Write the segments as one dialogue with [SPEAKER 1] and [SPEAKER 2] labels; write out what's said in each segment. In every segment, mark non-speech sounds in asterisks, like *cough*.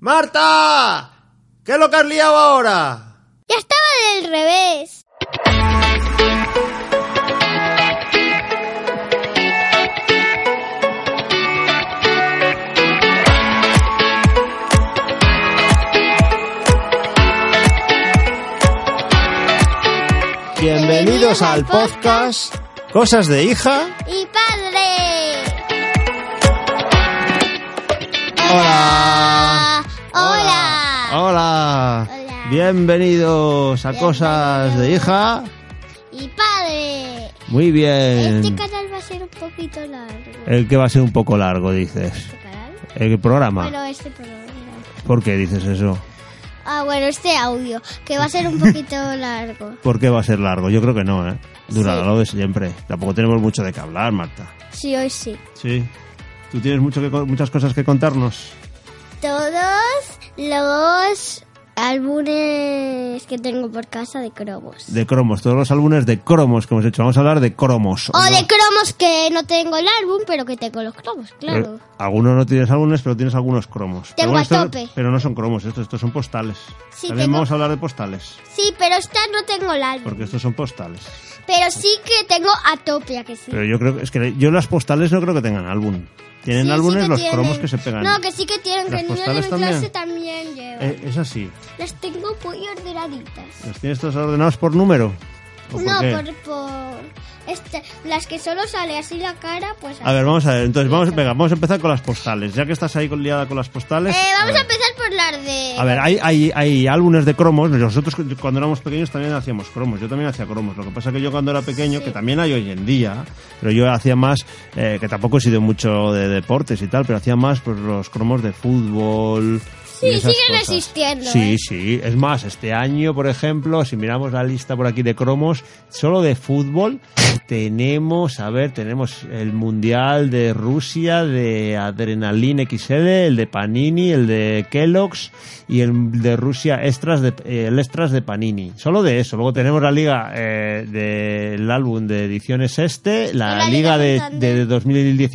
[SPEAKER 1] ¡Marta! ¿Qué es lo que has liado ahora?
[SPEAKER 2] Ya estaba del revés.
[SPEAKER 1] Bienvenidos al podcast Cosas de hija.
[SPEAKER 2] Y padre.
[SPEAKER 1] Hola. Ah.
[SPEAKER 2] Ah, hola.
[SPEAKER 1] Hola.
[SPEAKER 2] Hola.
[SPEAKER 1] Bienvenidos a Cosas de hija.
[SPEAKER 2] Y padre.
[SPEAKER 1] Muy
[SPEAKER 2] Este
[SPEAKER 1] bien.
[SPEAKER 2] canal va a ser un poquito largo.
[SPEAKER 1] El que va a ser un poco largo, dices.
[SPEAKER 2] ¿Este canal?
[SPEAKER 1] El programa.
[SPEAKER 2] Bueno, este programa.
[SPEAKER 1] ¿Por qué dices eso?
[SPEAKER 2] Ah, bueno, este audio, que va a ser un
[SPEAKER 1] *laughs*
[SPEAKER 2] poquito largo.
[SPEAKER 1] ¿Por qué va a ser largo? Yo creo que no, ¿eh? Durará
[SPEAKER 2] Sí.
[SPEAKER 1] lo de siempre. Tampoco tenemos mucho de qué hablar, Marta.
[SPEAKER 2] Sí, hoy sí.
[SPEAKER 1] Sí. ¿Tú tienes mucho que, co- muchas cosas que contarnos?
[SPEAKER 2] Todos los álbumes que tengo por casa de cromos.
[SPEAKER 1] De cromos, todos los álbumes de cromos que hemos hecho. Vamos a hablar de cromos.
[SPEAKER 2] O de cromos que no tengo el álbum, pero que tengo los cromos, claro.
[SPEAKER 1] Eh, Algunos no tienes álbumes, pero tienes algunos cromos.
[SPEAKER 2] Tengo
[SPEAKER 1] pero
[SPEAKER 2] a
[SPEAKER 1] estos-
[SPEAKER 2] tope.
[SPEAKER 1] Pero no son cromos, estos, estos son postales.
[SPEAKER 2] Sí,
[SPEAKER 1] También
[SPEAKER 2] tengo-
[SPEAKER 1] vamos a hablar de postales,
[SPEAKER 2] Sí, pero esta no tengo el álbum.
[SPEAKER 1] porque estos son postales.
[SPEAKER 2] Pero sí que tengo Atopia, que sí.
[SPEAKER 1] Pero yo creo que, es que yo las postales no creo que tengan álbum. Tienen
[SPEAKER 2] Sí, sí
[SPEAKER 1] álbumes
[SPEAKER 2] que
[SPEAKER 1] los
[SPEAKER 2] tienen.
[SPEAKER 1] cromos que se pegan.
[SPEAKER 2] No, que sí que tienen,
[SPEAKER 1] Las
[SPEAKER 2] que niños de mi
[SPEAKER 1] postales también.
[SPEAKER 2] clase también llevan.
[SPEAKER 1] Eh, es así.
[SPEAKER 2] Las tengo muy ordenaditas.
[SPEAKER 1] ¿Los tienes todos ordenados por número? ¿O por
[SPEAKER 2] no,
[SPEAKER 1] qué?
[SPEAKER 2] por, por... Este, las que solo sale así la cara, pues...
[SPEAKER 1] A ver, vamos a ver. Entonces, vamos, venga, vamos a empezar con las postales. Ya que estás ahí con- liada con las postales.
[SPEAKER 2] Eh, vamos
[SPEAKER 1] ver.
[SPEAKER 2] a, empezar por las de...
[SPEAKER 1] A ver, hay, hay, hay álbumes de cromos. Nosotros cu- cuando éramos pequeños también hacíamos cromos. Yo también hacía cromos. Lo que pasa que yo cuando era pequeño, que también hay hoy en día, pero yo hacía más, eh, que tampoco he sido mucho de deportes y tal, pero hacía más pues, los cromos de fútbol.
[SPEAKER 2] Sí,
[SPEAKER 1] y esas
[SPEAKER 2] siguen
[SPEAKER 1] cosas.
[SPEAKER 2] existiendo,
[SPEAKER 1] Sí,
[SPEAKER 2] ¿eh?
[SPEAKER 1] sí. Es más, este año, por ejemplo, si miramos la lista por aquí de cromos, solo de fútbol, tenemos, a ver, tenemos el Mundial de Rusia, de Adrenalin XL, el de Panini, el de Kellogg's y el de Rusia extras de, eh, el extras de Panini. Solo de eso. Luego tenemos la liga eh, del álbum de ediciones este, la,
[SPEAKER 2] La
[SPEAKER 1] liga,
[SPEAKER 2] Liga
[SPEAKER 1] de-
[SPEAKER 2] Santander.
[SPEAKER 1] de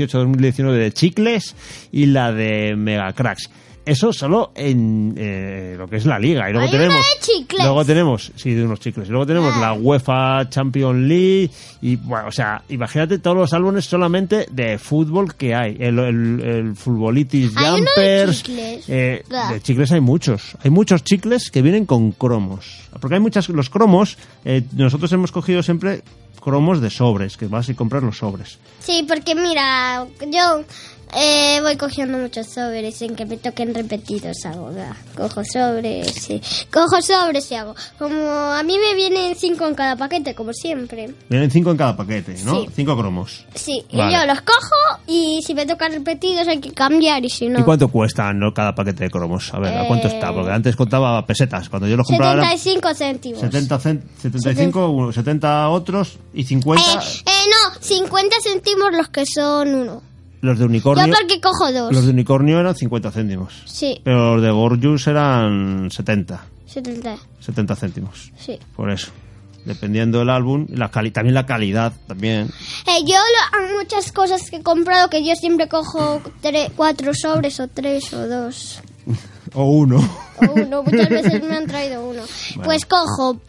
[SPEAKER 1] 2018-2019 de Chicles y la de Megacracks. Eso solo en eh, lo que es la liga. Y luego
[SPEAKER 2] Hay una
[SPEAKER 1] tenemos.
[SPEAKER 2] de chicles. Ah.
[SPEAKER 1] Luego tenemos, sí, de unos chicles. Y luego tenemos la UEFA Champions League. Y bueno, o sea, imagínate todos los álbumes solamente de fútbol que hay. El, el, el Futbolitis
[SPEAKER 2] Hay uno de
[SPEAKER 1] Jumpers.
[SPEAKER 2] chicles.
[SPEAKER 1] eh,
[SPEAKER 2] Buah.
[SPEAKER 1] de chicles hay muchos. Hay muchos chicles que vienen con cromos. Porque hay muchas. Los cromos, eh, nosotros hemos cogido siempre cromos de sobres, que vas y comprar los sobres.
[SPEAKER 2] Sí, porque mira, yo eh, voy cogiendo muchos sobres sin que me toquen repetidos hago, ¿verdad? Cojo sobres y cojo sobres y hago. Como a mí me vienen cinco en cada paquete, como siempre.
[SPEAKER 1] Vienen cinco en cada paquete, ¿no?
[SPEAKER 2] Sí.
[SPEAKER 1] Cinco cromos.
[SPEAKER 2] Sí,
[SPEAKER 1] Vale.
[SPEAKER 2] y yo los cojo y si me tocan repetidos hay que cambiar y si no...
[SPEAKER 1] ¿Y cuánto cuesta no, cada paquete de cromos? A ver, ¿a cuánto
[SPEAKER 2] Eh,
[SPEAKER 1] está? Porque antes contaba pesetas. Cuando yo los compraba eran
[SPEAKER 2] 75 céntimos.
[SPEAKER 1] 70, cen- 75, uno, 70 otros y 50
[SPEAKER 2] Eh, eh, no, 50 céntimos los que son uno.
[SPEAKER 1] los de
[SPEAKER 2] Yo
[SPEAKER 1] unicornio.
[SPEAKER 2] porque cojo dos.
[SPEAKER 1] Los de unicornio eran 50 céntimos.
[SPEAKER 2] Sí,
[SPEAKER 1] Pero los de Gorgeous eran 70,
[SPEAKER 2] 70,
[SPEAKER 1] 70 céntimos.
[SPEAKER 2] sí.
[SPEAKER 1] Por eso. Dependiendo del álbum, la cali también la calidad, también.
[SPEAKER 2] Eh, yo lo- hay muchas cosas que he comprado que yo siempre cojo tre- cuatro sobres o tres o dos
[SPEAKER 1] O uno.
[SPEAKER 2] o
[SPEAKER 1] *laughs*
[SPEAKER 2] uno. Muchas veces me han traído uno.
[SPEAKER 1] Bueno.
[SPEAKER 2] Pues cojo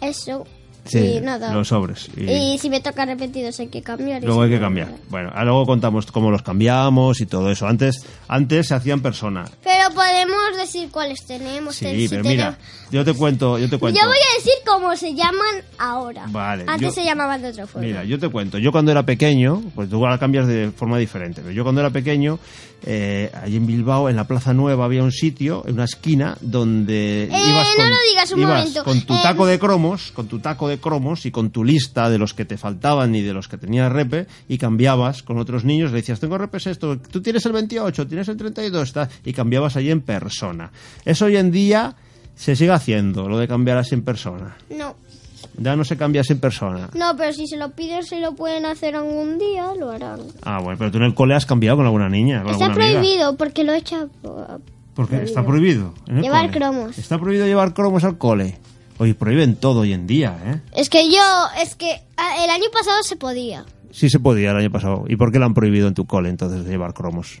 [SPEAKER 2] eso
[SPEAKER 1] *laughs*
[SPEAKER 2] y nada.
[SPEAKER 1] los sobres. Y-
[SPEAKER 2] Y si me toca repetidos hay que cambiar. y
[SPEAKER 1] Luego
[SPEAKER 2] si
[SPEAKER 1] hay que
[SPEAKER 2] no,
[SPEAKER 1] cambiar.
[SPEAKER 2] nada.
[SPEAKER 1] Bueno, ahora luego contamos cómo los cambiamos y todo eso. Antes, antes se hacían persona.
[SPEAKER 2] Pero podemos decir cuáles tenemos. ten-
[SPEAKER 1] Sí,
[SPEAKER 2] si
[SPEAKER 1] pero
[SPEAKER 2] tenemos- *laughs*
[SPEAKER 1] mira, yo te cuento, yo te cuento.
[SPEAKER 2] Yo Pues voy a decir cómo se llaman ahora.
[SPEAKER 1] Vale,
[SPEAKER 2] Antes
[SPEAKER 1] yo-
[SPEAKER 2] se llamaban de otra forma.
[SPEAKER 1] Mira, yo te cuento. Yo cuando era pequeño, pues tú ahora cambias de forma diferente, pero yo cuando era pequeño, eh, allí en Bilbao, en la Plaza Nueva, había un sitio, en una esquina, donde ibas,
[SPEAKER 2] Eh, no
[SPEAKER 1] con,
[SPEAKER 2] lo digas, un
[SPEAKER 1] ibas
[SPEAKER 2] momento.
[SPEAKER 1] con tu
[SPEAKER 2] Eh,
[SPEAKER 1] taco de cromos, con tu taco de cromos y con tu lista de los que te faltaban y de los que tenías repe, y cambiabas con otros niños, le decías, tengo repes esto, tú tienes el 28, tienes el 32, tal", y cambiabas allí en persona. Eso hoy en día se sigue haciendo, lo de cambiar así en persona.
[SPEAKER 2] No,
[SPEAKER 1] Ya no se cambia así en persona.
[SPEAKER 2] no, pero si se lo piden, se lo pueden hacer algún día, lo harán.
[SPEAKER 1] Ah, bueno, pero tú en el cole has cambiado con alguna niña, con
[SPEAKER 2] Está
[SPEAKER 1] alguna amiga.
[SPEAKER 2] prohibido porque lo echa por-
[SPEAKER 1] Porque está prohibido. en el
[SPEAKER 2] Llevar
[SPEAKER 1] cole.
[SPEAKER 2] cromos.
[SPEAKER 1] Está prohibido llevar cromos al cole. Hoy prohíben todo hoy en día, ¿eh?
[SPEAKER 2] Es que yo, es que ah, el año pasado se podía.
[SPEAKER 1] Sí se podía el año pasado. ¿Y por qué lo han prohibido en tu cole entonces de llevar cromos?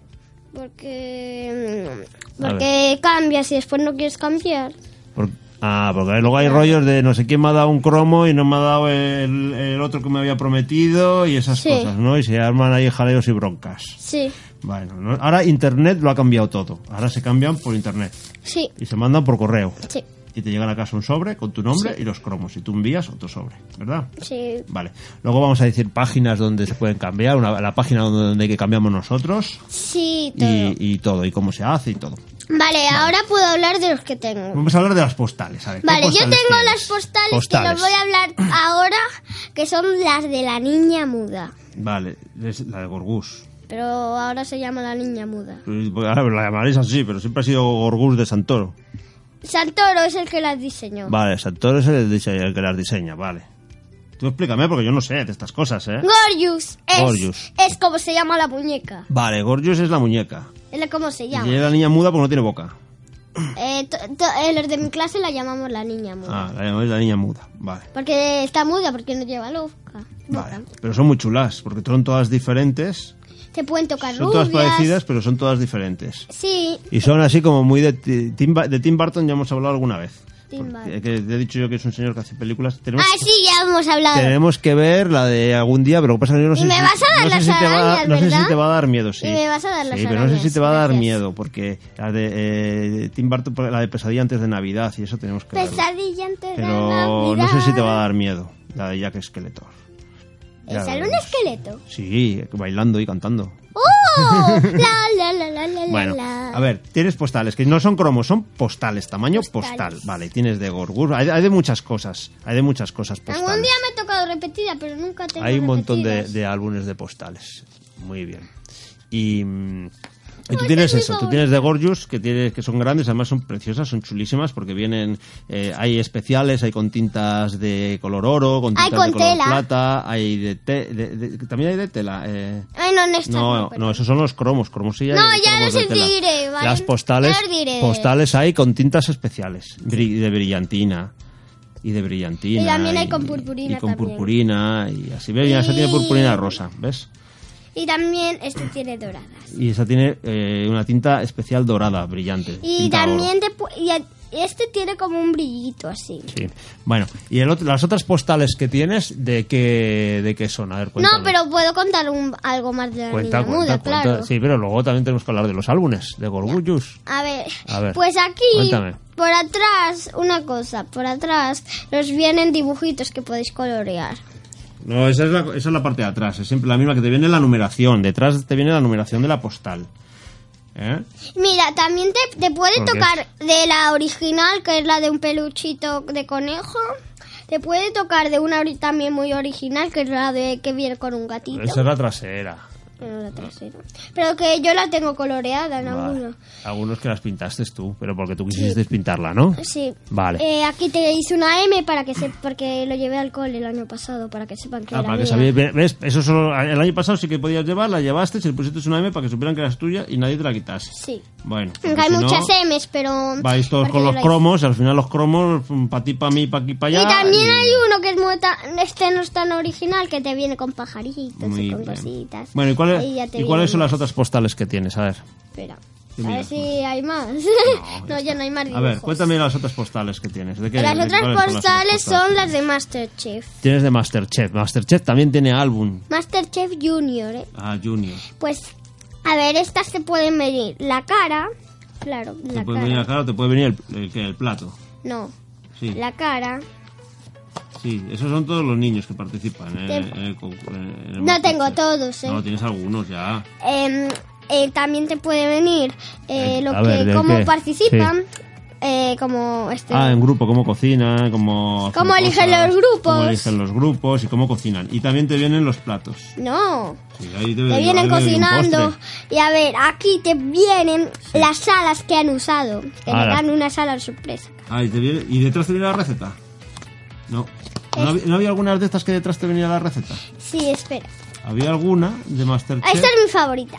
[SPEAKER 2] Porque. mm, Porque cambias y después no quieres cambiar.
[SPEAKER 1] Por- ah, porque luego hay rollos de no sé quién me ha dado un cromo y no me ha dado el, el otro que me había prometido y esas
[SPEAKER 2] Sí.
[SPEAKER 1] cosas, ¿no? Y se arman ahí jaleos y broncas.
[SPEAKER 2] Sí,
[SPEAKER 1] Bueno, ¿no? ahora Internet lo ha cambiado todo. Ahora se cambian por Internet
[SPEAKER 2] sí,
[SPEAKER 1] y se mandan por correo.
[SPEAKER 2] sí,
[SPEAKER 1] Y te llega a la casa un sobre con tu nombre y los cromos y tú envías otro sobre, ¿verdad?
[SPEAKER 2] sí.
[SPEAKER 1] Vale. Luego vamos a decir páginas donde se pueden cambiar, una- la página donde, donde que cambiamos nosotros
[SPEAKER 2] Sí, todo.
[SPEAKER 1] y, y todo, y cómo se hace y todo.
[SPEAKER 2] Vale, ahora puedo hablar de los que tengo.
[SPEAKER 1] Vamos a hablar de las postales. a ver, ¿qué
[SPEAKER 2] Vale, yo tengo
[SPEAKER 1] postales tienes?
[SPEAKER 2] las postales, que
[SPEAKER 1] Postales.
[SPEAKER 2] los voy a hablar ahora, que son las de la niña muda.
[SPEAKER 1] Vale, es la de Gorgus.
[SPEAKER 2] Pero ahora se llama la niña muda.
[SPEAKER 1] Pues, Ahora la llamaréis así, pero siempre ha sido Gorgus de Santoro.
[SPEAKER 2] Santoro es el que las diseñó.
[SPEAKER 1] Vale, Santoro es el, dise- el que las diseña, vale. Tú explícame, porque yo no sé de estas cosas, ¿eh?
[SPEAKER 2] Gorgeous es,
[SPEAKER 1] Gorgeous.
[SPEAKER 2] es como se llama la muñeca.
[SPEAKER 1] Vale, Gorgus es la muñeca.
[SPEAKER 2] Es la- como se
[SPEAKER 1] Y
[SPEAKER 2] llama.
[SPEAKER 1] es la niña muda porque no tiene boca.
[SPEAKER 2] Eh, to- to- eh, los de mi clase la llamamos la niña muda.
[SPEAKER 1] Ah, la llamáis la niña muda, vale.
[SPEAKER 2] Porque está muda, porque no lleva loca.
[SPEAKER 1] Vale, pero son muy chulas, porque son todas diferentes.
[SPEAKER 2] Se pueden tocar
[SPEAKER 1] Son todas
[SPEAKER 2] rubias.
[SPEAKER 1] parecidas, pero son todas diferentes.
[SPEAKER 2] Sí,
[SPEAKER 1] Y son así como muy de Ti- Tim, Ba- de Tim Burton, ya hemos hablado alguna vez.
[SPEAKER 2] Tim
[SPEAKER 1] Porque-
[SPEAKER 2] Burton.
[SPEAKER 1] que te he dicho yo que es un señor que hace películas. Tenemos,
[SPEAKER 2] Ah, sí, ya hemos hablado.
[SPEAKER 1] tenemos que ver la de algún día, pero lo que pasa es que yo no sé
[SPEAKER 2] me
[SPEAKER 1] si,
[SPEAKER 2] vas a dar
[SPEAKER 1] no sé
[SPEAKER 2] las
[SPEAKER 1] si te va a dar-
[SPEAKER 2] arañas,
[SPEAKER 1] no sé si
[SPEAKER 2] ¿verdad?
[SPEAKER 1] te va a dar miedo, sí.
[SPEAKER 2] Y me vas a dar
[SPEAKER 1] Sí,
[SPEAKER 2] las
[SPEAKER 1] pero no sé si
[SPEAKER 2] arañas,
[SPEAKER 1] te va a dar
[SPEAKER 2] gracias.
[SPEAKER 1] miedo, porque la de eh, Tim Burton, la de Pesadilla antes de Navidad y eso tenemos
[SPEAKER 2] Pues
[SPEAKER 1] que verlo.
[SPEAKER 2] Pesadilla antes de
[SPEAKER 1] Pero
[SPEAKER 2] Navidad.
[SPEAKER 1] no sé si te va a dar miedo la de Jack Skeletor. Ya
[SPEAKER 2] Eh, sale un
[SPEAKER 1] veremos. *laughs*
[SPEAKER 2] esqueleto.
[SPEAKER 1] Sí, bailando y cantando.
[SPEAKER 2] ¡Oh! la, la, la, la, la,
[SPEAKER 1] Bueno,
[SPEAKER 2] la.
[SPEAKER 1] a ver, tienes postales, que no son cromos, son postales, tamaño
[SPEAKER 2] Postales.
[SPEAKER 1] postal. Vale, tienes de Gorgur, hay, hay de muchas cosas, hay de muchas cosas postales.
[SPEAKER 2] Algún día me ha tocado repetida, pero nunca tengo
[SPEAKER 1] pues hay un montón de,
[SPEAKER 2] repetidas.
[SPEAKER 1] de álbumes de postales. Muy bien. Y, mm, y tú
[SPEAKER 2] es
[SPEAKER 1] tienes
[SPEAKER 2] mi
[SPEAKER 1] eso, tú
[SPEAKER 2] favorito.
[SPEAKER 1] tienes de Gorgius, que, tienes, que son grandes, además son preciosas, son chulísimas, porque vienen, eh, hay especiales, hay con tintas de color oro, con
[SPEAKER 2] Hay
[SPEAKER 1] tintas
[SPEAKER 2] con
[SPEAKER 1] de color
[SPEAKER 2] tela.
[SPEAKER 1] plata, hay de, te- de- de- también hay de tela. eh,
[SPEAKER 2] Ay, no, no está.
[SPEAKER 1] no, no, esos son los cromos, cromos sí hay
[SPEAKER 2] No,
[SPEAKER 1] y
[SPEAKER 2] ya
[SPEAKER 1] cromos
[SPEAKER 2] los
[SPEAKER 1] de tela.
[SPEAKER 2] diré, ¿vale?
[SPEAKER 1] Las postales,
[SPEAKER 2] Ya los diré.
[SPEAKER 1] postales hay con tintas especiales, bri- de brillantina y de brillantina.
[SPEAKER 2] Y también hay con
[SPEAKER 1] y
[SPEAKER 2] purpurina
[SPEAKER 1] con
[SPEAKER 2] también.
[SPEAKER 1] purpurina y así ves, mira, esa tiene
[SPEAKER 2] Y-
[SPEAKER 1] purpurina rosa, ¿ves?
[SPEAKER 2] Y también este tiene doradas.
[SPEAKER 1] Y esa tiene eh, una tinta especial dorada, brillante.
[SPEAKER 2] Y
[SPEAKER 1] tinta oro.
[SPEAKER 2] también depu- y a- este tiene como un brillito así.
[SPEAKER 1] Sí. Bueno, y el otro- las otras postales que tienes, ¿de qué, de qué son? A ver,
[SPEAKER 2] No,
[SPEAKER 1] cuéntame.
[SPEAKER 2] pero puedo contar un, algo más de la
[SPEAKER 1] Cuenta,
[SPEAKER 2] niña
[SPEAKER 1] cuenta,
[SPEAKER 2] muda,
[SPEAKER 1] cuenta.
[SPEAKER 2] claro.
[SPEAKER 1] Sí, pero luego también tenemos que hablar de los álbumes, de Gorgullus.
[SPEAKER 2] A ver,
[SPEAKER 1] A ver,
[SPEAKER 2] pues aquí,
[SPEAKER 1] cuéntame.
[SPEAKER 2] por atrás, una cosa, por atrás nos vienen dibujitos que podéis colorear.
[SPEAKER 1] No, esa es, la, esa es la parte de atrás, es siempre la misma que te viene la numeración, detrás te viene la numeración de la postal. ¿Eh?
[SPEAKER 2] Mira, también te, te puede
[SPEAKER 1] ¿Por qué?
[SPEAKER 2] tocar de la original, que es la de un peluchito de conejo. Te puede tocar de una ori- también muy original, que es la de que viene con un gatito.
[SPEAKER 1] Esa es la trasera.
[SPEAKER 2] Bueno, la trasera. Pero que yo la tengo coloreada en
[SPEAKER 1] Vale.
[SPEAKER 2] alguno.
[SPEAKER 1] Algunos que las pintaste tú, pero porque tú quisiste pintarla, ¿no?
[SPEAKER 2] Sí.
[SPEAKER 1] Vale.
[SPEAKER 2] Eh, aquí te hice una M para que se, porque lo llevé al cole el año pasado para que sepan que
[SPEAKER 1] Ah,
[SPEAKER 2] era
[SPEAKER 1] para que
[SPEAKER 2] mía.
[SPEAKER 1] sabías- ve- ¿ves? Eso solo, el año pasado sí que podías llevar, la llevaste, se le pusiste una M para que supieran que eras tuya y nadie te la quitase.
[SPEAKER 2] Sí.
[SPEAKER 1] Bueno. porque
[SPEAKER 2] Aunque hay
[SPEAKER 1] si no,
[SPEAKER 2] muchas M's, pero.
[SPEAKER 1] Vais todos
[SPEAKER 2] porque
[SPEAKER 1] con
[SPEAKER 2] yo
[SPEAKER 1] los
[SPEAKER 2] lo hice.
[SPEAKER 1] cromos, al final los cromos, para ti, para mí, para aquí, para
[SPEAKER 2] Y
[SPEAKER 1] allá.
[SPEAKER 2] también
[SPEAKER 1] y-
[SPEAKER 2] hay uno que es muy tan- este no es tan original, que te viene con pajaritos
[SPEAKER 1] Muy
[SPEAKER 2] y con
[SPEAKER 1] bien.
[SPEAKER 2] cositas.
[SPEAKER 1] Bueno, ¿y, cuál-
[SPEAKER 2] Ahí ya te
[SPEAKER 1] ¿y cuáles
[SPEAKER 2] vienen.
[SPEAKER 1] son las pues. otras postales que tienes? A ver.
[SPEAKER 2] Espera.
[SPEAKER 1] ¿Qué
[SPEAKER 2] A ver
[SPEAKER 1] miras
[SPEAKER 2] si hay más. *laughs* No, ya, no hay más
[SPEAKER 1] A
[SPEAKER 2] dibujos.
[SPEAKER 1] ver, cuéntame las otras postales que tienes. ¿De qué-
[SPEAKER 2] Las
[SPEAKER 1] de
[SPEAKER 2] otras
[SPEAKER 1] cuáles son las
[SPEAKER 2] postales
[SPEAKER 1] otras
[SPEAKER 2] son
[SPEAKER 1] postales?
[SPEAKER 2] las de Masterchef.
[SPEAKER 1] Tienes de Masterchef. Masterchef también tiene álbum.
[SPEAKER 2] Masterchef Junior, ¿eh?
[SPEAKER 1] Ah, Junior.
[SPEAKER 2] Pues, a ver, estas se pueden medir. La cara, claro,
[SPEAKER 1] Te
[SPEAKER 2] la
[SPEAKER 1] puede
[SPEAKER 2] cara.
[SPEAKER 1] venir la cara o te puede venir el, el, que- el plato.
[SPEAKER 2] No,
[SPEAKER 1] Sí,
[SPEAKER 2] la cara.
[SPEAKER 1] sí. Esos son todos los niños que participan ¿eh?
[SPEAKER 2] Te-
[SPEAKER 1] en el concurso.
[SPEAKER 2] No tengo todos, ¿eh?
[SPEAKER 1] No, tienes algunos ya.
[SPEAKER 2] Em, eh, también te puede venir eh,
[SPEAKER 1] Eh,
[SPEAKER 2] lo
[SPEAKER 1] a ver,
[SPEAKER 2] que,
[SPEAKER 1] ¿de
[SPEAKER 2] cómo
[SPEAKER 1] qué?
[SPEAKER 2] participan, eh, como este...
[SPEAKER 1] Ah, en grupo, cómo cocinan, cómo... hacen
[SPEAKER 2] Cómo eligen
[SPEAKER 1] cosas,
[SPEAKER 2] los grupos.
[SPEAKER 1] Cómo eligen los grupos y cómo cocinan. Y también te vienen los platos.
[SPEAKER 2] No,
[SPEAKER 1] Sí, ahí debe de-
[SPEAKER 2] te
[SPEAKER 1] ahí
[SPEAKER 2] vienen
[SPEAKER 1] debe de ir un
[SPEAKER 2] cocinando.
[SPEAKER 1] postre.
[SPEAKER 2] Y a ver, aquí te vienen las alas que han usado. Que
[SPEAKER 1] Ala.
[SPEAKER 2] le dan una sala sorpresa.
[SPEAKER 1] Ah, y, te viene- y detrás te viene la receta. No. ¿No, había, no había algunas de estas que detrás te venía la receta?
[SPEAKER 2] Sí, espera.
[SPEAKER 1] Había alguna de Masterchef
[SPEAKER 2] Esta es mi favorita.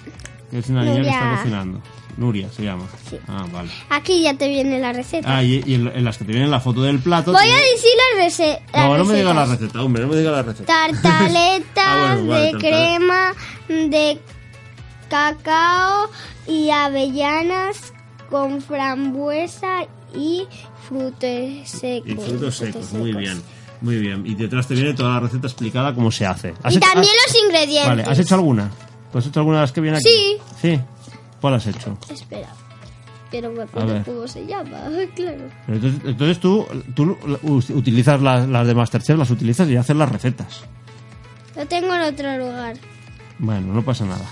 [SPEAKER 1] que es una niña que está
[SPEAKER 2] Nuria.
[SPEAKER 1] cocinando. Nuria se llama.
[SPEAKER 2] Sí.
[SPEAKER 1] Ah, vale.
[SPEAKER 2] Aquí ya te viene la receta.
[SPEAKER 1] Ah, y, y en, en las que te vienen la foto del plato.
[SPEAKER 2] Voy
[SPEAKER 1] te-
[SPEAKER 2] a decir las, rece- las
[SPEAKER 1] No, no me digas la
[SPEAKER 2] recetas.
[SPEAKER 1] receta, *laughs* hombre, no me digas la receta.
[SPEAKER 2] Tartaletas
[SPEAKER 1] Ah, bueno, vale,
[SPEAKER 2] de
[SPEAKER 1] tartaletas.
[SPEAKER 2] crema, de cacao y avellanas con frambuesa y frutos secos.
[SPEAKER 1] Y frutos secos, muy bien. Muy bien. Y detrás te viene toda la receta explicada cómo se hace. ¿Has
[SPEAKER 2] Y
[SPEAKER 1] hecho-
[SPEAKER 2] también
[SPEAKER 1] has-
[SPEAKER 2] los ingredientes.
[SPEAKER 1] Vale, ¿has hecho alguna? ¿Tú has hecho alguna de las que viene aquí?
[SPEAKER 2] Sí.
[SPEAKER 1] ¿Sí? ¿Cuál has hecho?
[SPEAKER 2] Espera, que no me
[SPEAKER 1] ver.
[SPEAKER 2] acuerdo cómo se llama, *laughs* claro.
[SPEAKER 1] Pero Entonces, entonces tú, tú us- utilizas las, las de Masterchef, las utilizas y haces las recetas.
[SPEAKER 2] Lo tengo en otro lugar.
[SPEAKER 1] Bueno, no pasa nada.